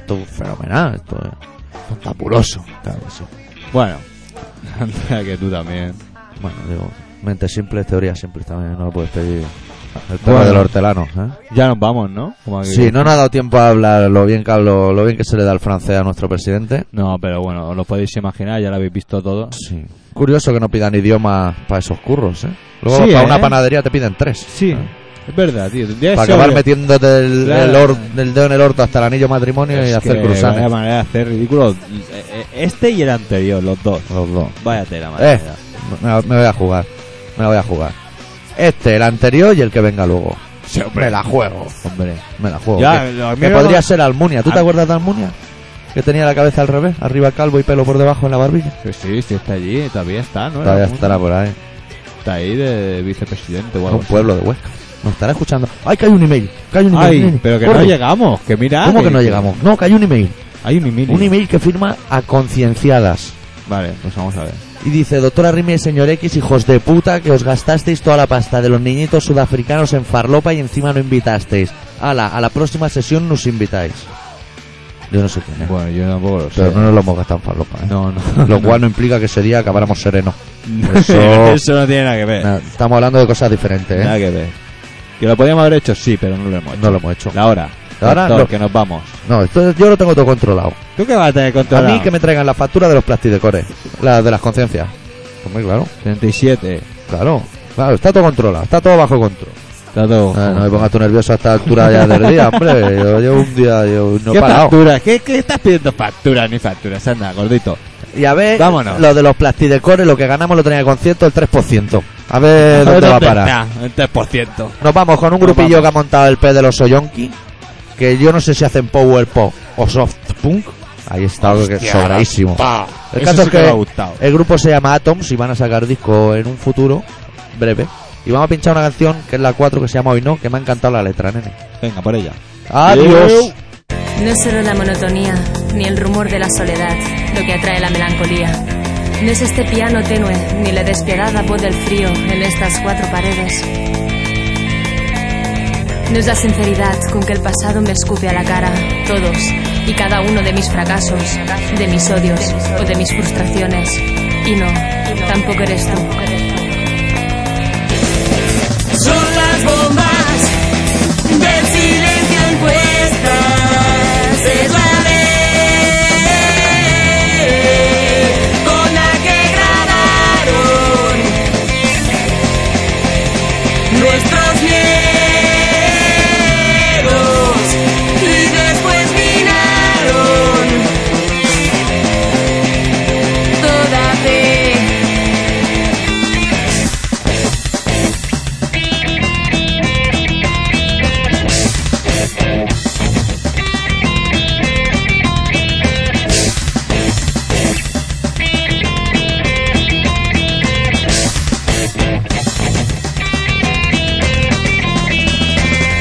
Speaker 1: Esto es fenomenal, esto es tan tapuloso. Claro, sí.
Speaker 2: Bueno. Andrea, que tú también.
Speaker 1: Bueno, digo, mente simple, teoría simple también, no Pues lo puedes pedir. El tema
Speaker 2: Bueno.
Speaker 1: del hortelano, ¿eh?
Speaker 2: Ya nos vamos, ¿no? Como aquí-
Speaker 1: Sí, no nos ha dado tiempo a hablar lo bien que hablo, lo bien que se le da al francés a nuestro presidente.
Speaker 2: No, pero bueno, os lo podéis imaginar, ya lo habéis visto todo.
Speaker 1: Sí. Curioso que no pidan idiomas para esos curros, ¿eh? Luego
Speaker 2: Sí,
Speaker 1: para
Speaker 2: ¿eh?
Speaker 1: una panadería te piden tres.
Speaker 2: Sí, Ah. es verdad, tío. tendrías
Speaker 1: Para
Speaker 2: que
Speaker 1: acabar
Speaker 2: sobre-
Speaker 1: metiéndote el,
Speaker 2: Claro.
Speaker 1: el or- el dedo en el orto hasta el anillo matrimonio y
Speaker 2: Es
Speaker 1: hacer
Speaker 2: que
Speaker 1: cruzanes.
Speaker 2: Vaya manera de hacer ridículo. Eh, eh, Este y el anterior, los dos.
Speaker 1: Los dos.
Speaker 2: Vaya tela, madre.
Speaker 1: Eh, me, la- me voy a jugar. Me la voy a jugar. Este, el anterior y el que venga luego. me la juego.
Speaker 2: Hombre.
Speaker 1: Me la juego.
Speaker 2: Ya,
Speaker 1: que
Speaker 2: lo
Speaker 1: que
Speaker 2: mismo-
Speaker 1: podría ser Almunia. ¿Tú
Speaker 2: Al-
Speaker 1: te acuerdas de Almunia? Que tenía la cabeza al revés, arriba calvo y pelo por debajo en la barbilla.
Speaker 2: Sí, sí, sí, está allí, todavía está, ¿no?
Speaker 1: Todavía
Speaker 2: Era un-
Speaker 1: estará por ahí.
Speaker 2: Está ahí de vicepresidente o
Speaker 1: Es
Speaker 2: algo
Speaker 1: un pueblo de Huesca. Nos estará escuchando. ¡Ay, que hay un email! Que hay un
Speaker 2: así.
Speaker 1: email!
Speaker 2: Ay, pero que no
Speaker 1: Corre.
Speaker 2: llegamos, que mira.
Speaker 1: ¿Cómo que no llegamos? No, que hay un email.
Speaker 2: Hay un email.
Speaker 1: Un email que firma a concienciadas.
Speaker 2: Vale, pues vamos a ver.
Speaker 1: Y dice, doctora Rime y señor X, hijos de puta, que os gastasteis toda la pasta de los niñitos sudafricanos en farlopa y encima no invitasteis. Ala, a la próxima sesión nos invitáis. Yo no sé quién es.
Speaker 2: Bueno, yo tampoco lo sé.
Speaker 1: pero no nos lo hemos gastado en farlopa, ¿eh?
Speaker 2: no, no.
Speaker 1: Lo cual no implica que ese día acabáramos serenos.
Speaker 2: Eso... Eso no tiene nada que ver.
Speaker 1: Nada, estamos hablando de cosas diferentes, ¿eh?
Speaker 2: Nada que ver. Que lo podíamos haber hecho, sí, pero no lo hemos hecho.
Speaker 1: No lo hemos hecho.
Speaker 2: La hora.
Speaker 1: La hora,
Speaker 2: Doctor,
Speaker 1: no.
Speaker 2: que nos vamos.
Speaker 1: No, esto yo lo tengo todo controlado.
Speaker 2: ¿Tú qué vas a tener
Speaker 1: A
Speaker 2: controlado?
Speaker 1: mí que me traigan la factura de los plastidecores, la de las conciencias. Hombre, claro,
Speaker 2: 37.
Speaker 1: claro, claro, está todo controlado, está todo bajo control.
Speaker 2: Está todo.
Speaker 1: Ah, no me pongas tú nervioso a esta altura ya del día, hombre. Yo llevo un día, yo no he
Speaker 2: ¿Qué
Speaker 1: parado.
Speaker 2: factura? ¿Qué, ¿Qué estás pidiendo factura ni factura? Anda, gordito.
Speaker 1: Y a ver,
Speaker 2: Vámonos.
Speaker 1: lo de los plastidecores, lo que ganamos lo tenía el concierto el 3%. A ver Eh, dónde va a parar.
Speaker 2: Nah, un 3%.
Speaker 1: Nos vamos con un
Speaker 2: Nos
Speaker 1: grupillo
Speaker 2: vamos.
Speaker 1: que ha montado el P de los Soyonki, que yo no sé si hacen power pop o soft punk. Ahí está algo que es sobradísimo. El
Speaker 2: Eso
Speaker 1: caso
Speaker 2: sí
Speaker 1: es
Speaker 2: que me ha
Speaker 1: que
Speaker 2: gustado.
Speaker 1: el grupo se llama Atoms y van a sacar disco en un futuro breve. Y vamos a pinchar una canción que es la 4 que se llama Hoy No, que me ha encantado la letra, nene.
Speaker 2: Venga, por ella.
Speaker 1: Adiós.
Speaker 8: No es solo la monotonía, ni el rumor de la soledad, lo que atrae la melancolía. No es este piano tenue, ni la despiadada voz del frío en estas cuatro paredes. No es la sinceridad con que el pasado me escupe a la cara, todos y cada uno de mis fracasos, de mis odios o de mis frustraciones. Y no, tampoco eres tú.
Speaker 3: Son las bombas del silencio impuestas. Es la ley con la que grabaron nuestros miedos y después minaron toda fe.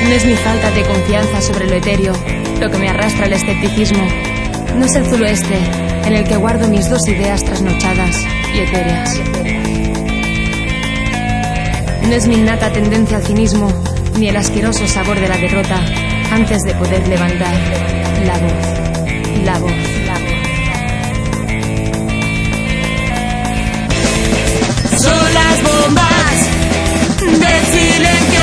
Speaker 8: No es mi falta de confianza sobre lo etéreo lo que me arrastra al escepticismo. No es el suroeste en el que guardo mis dos ideas trasnochadas y etéreas. No es mi innata tendencia al cinismo ni el asqueroso sabor de la derrota antes de poder levantar la voz, la voz, la voz.
Speaker 3: Son las bombas del silencio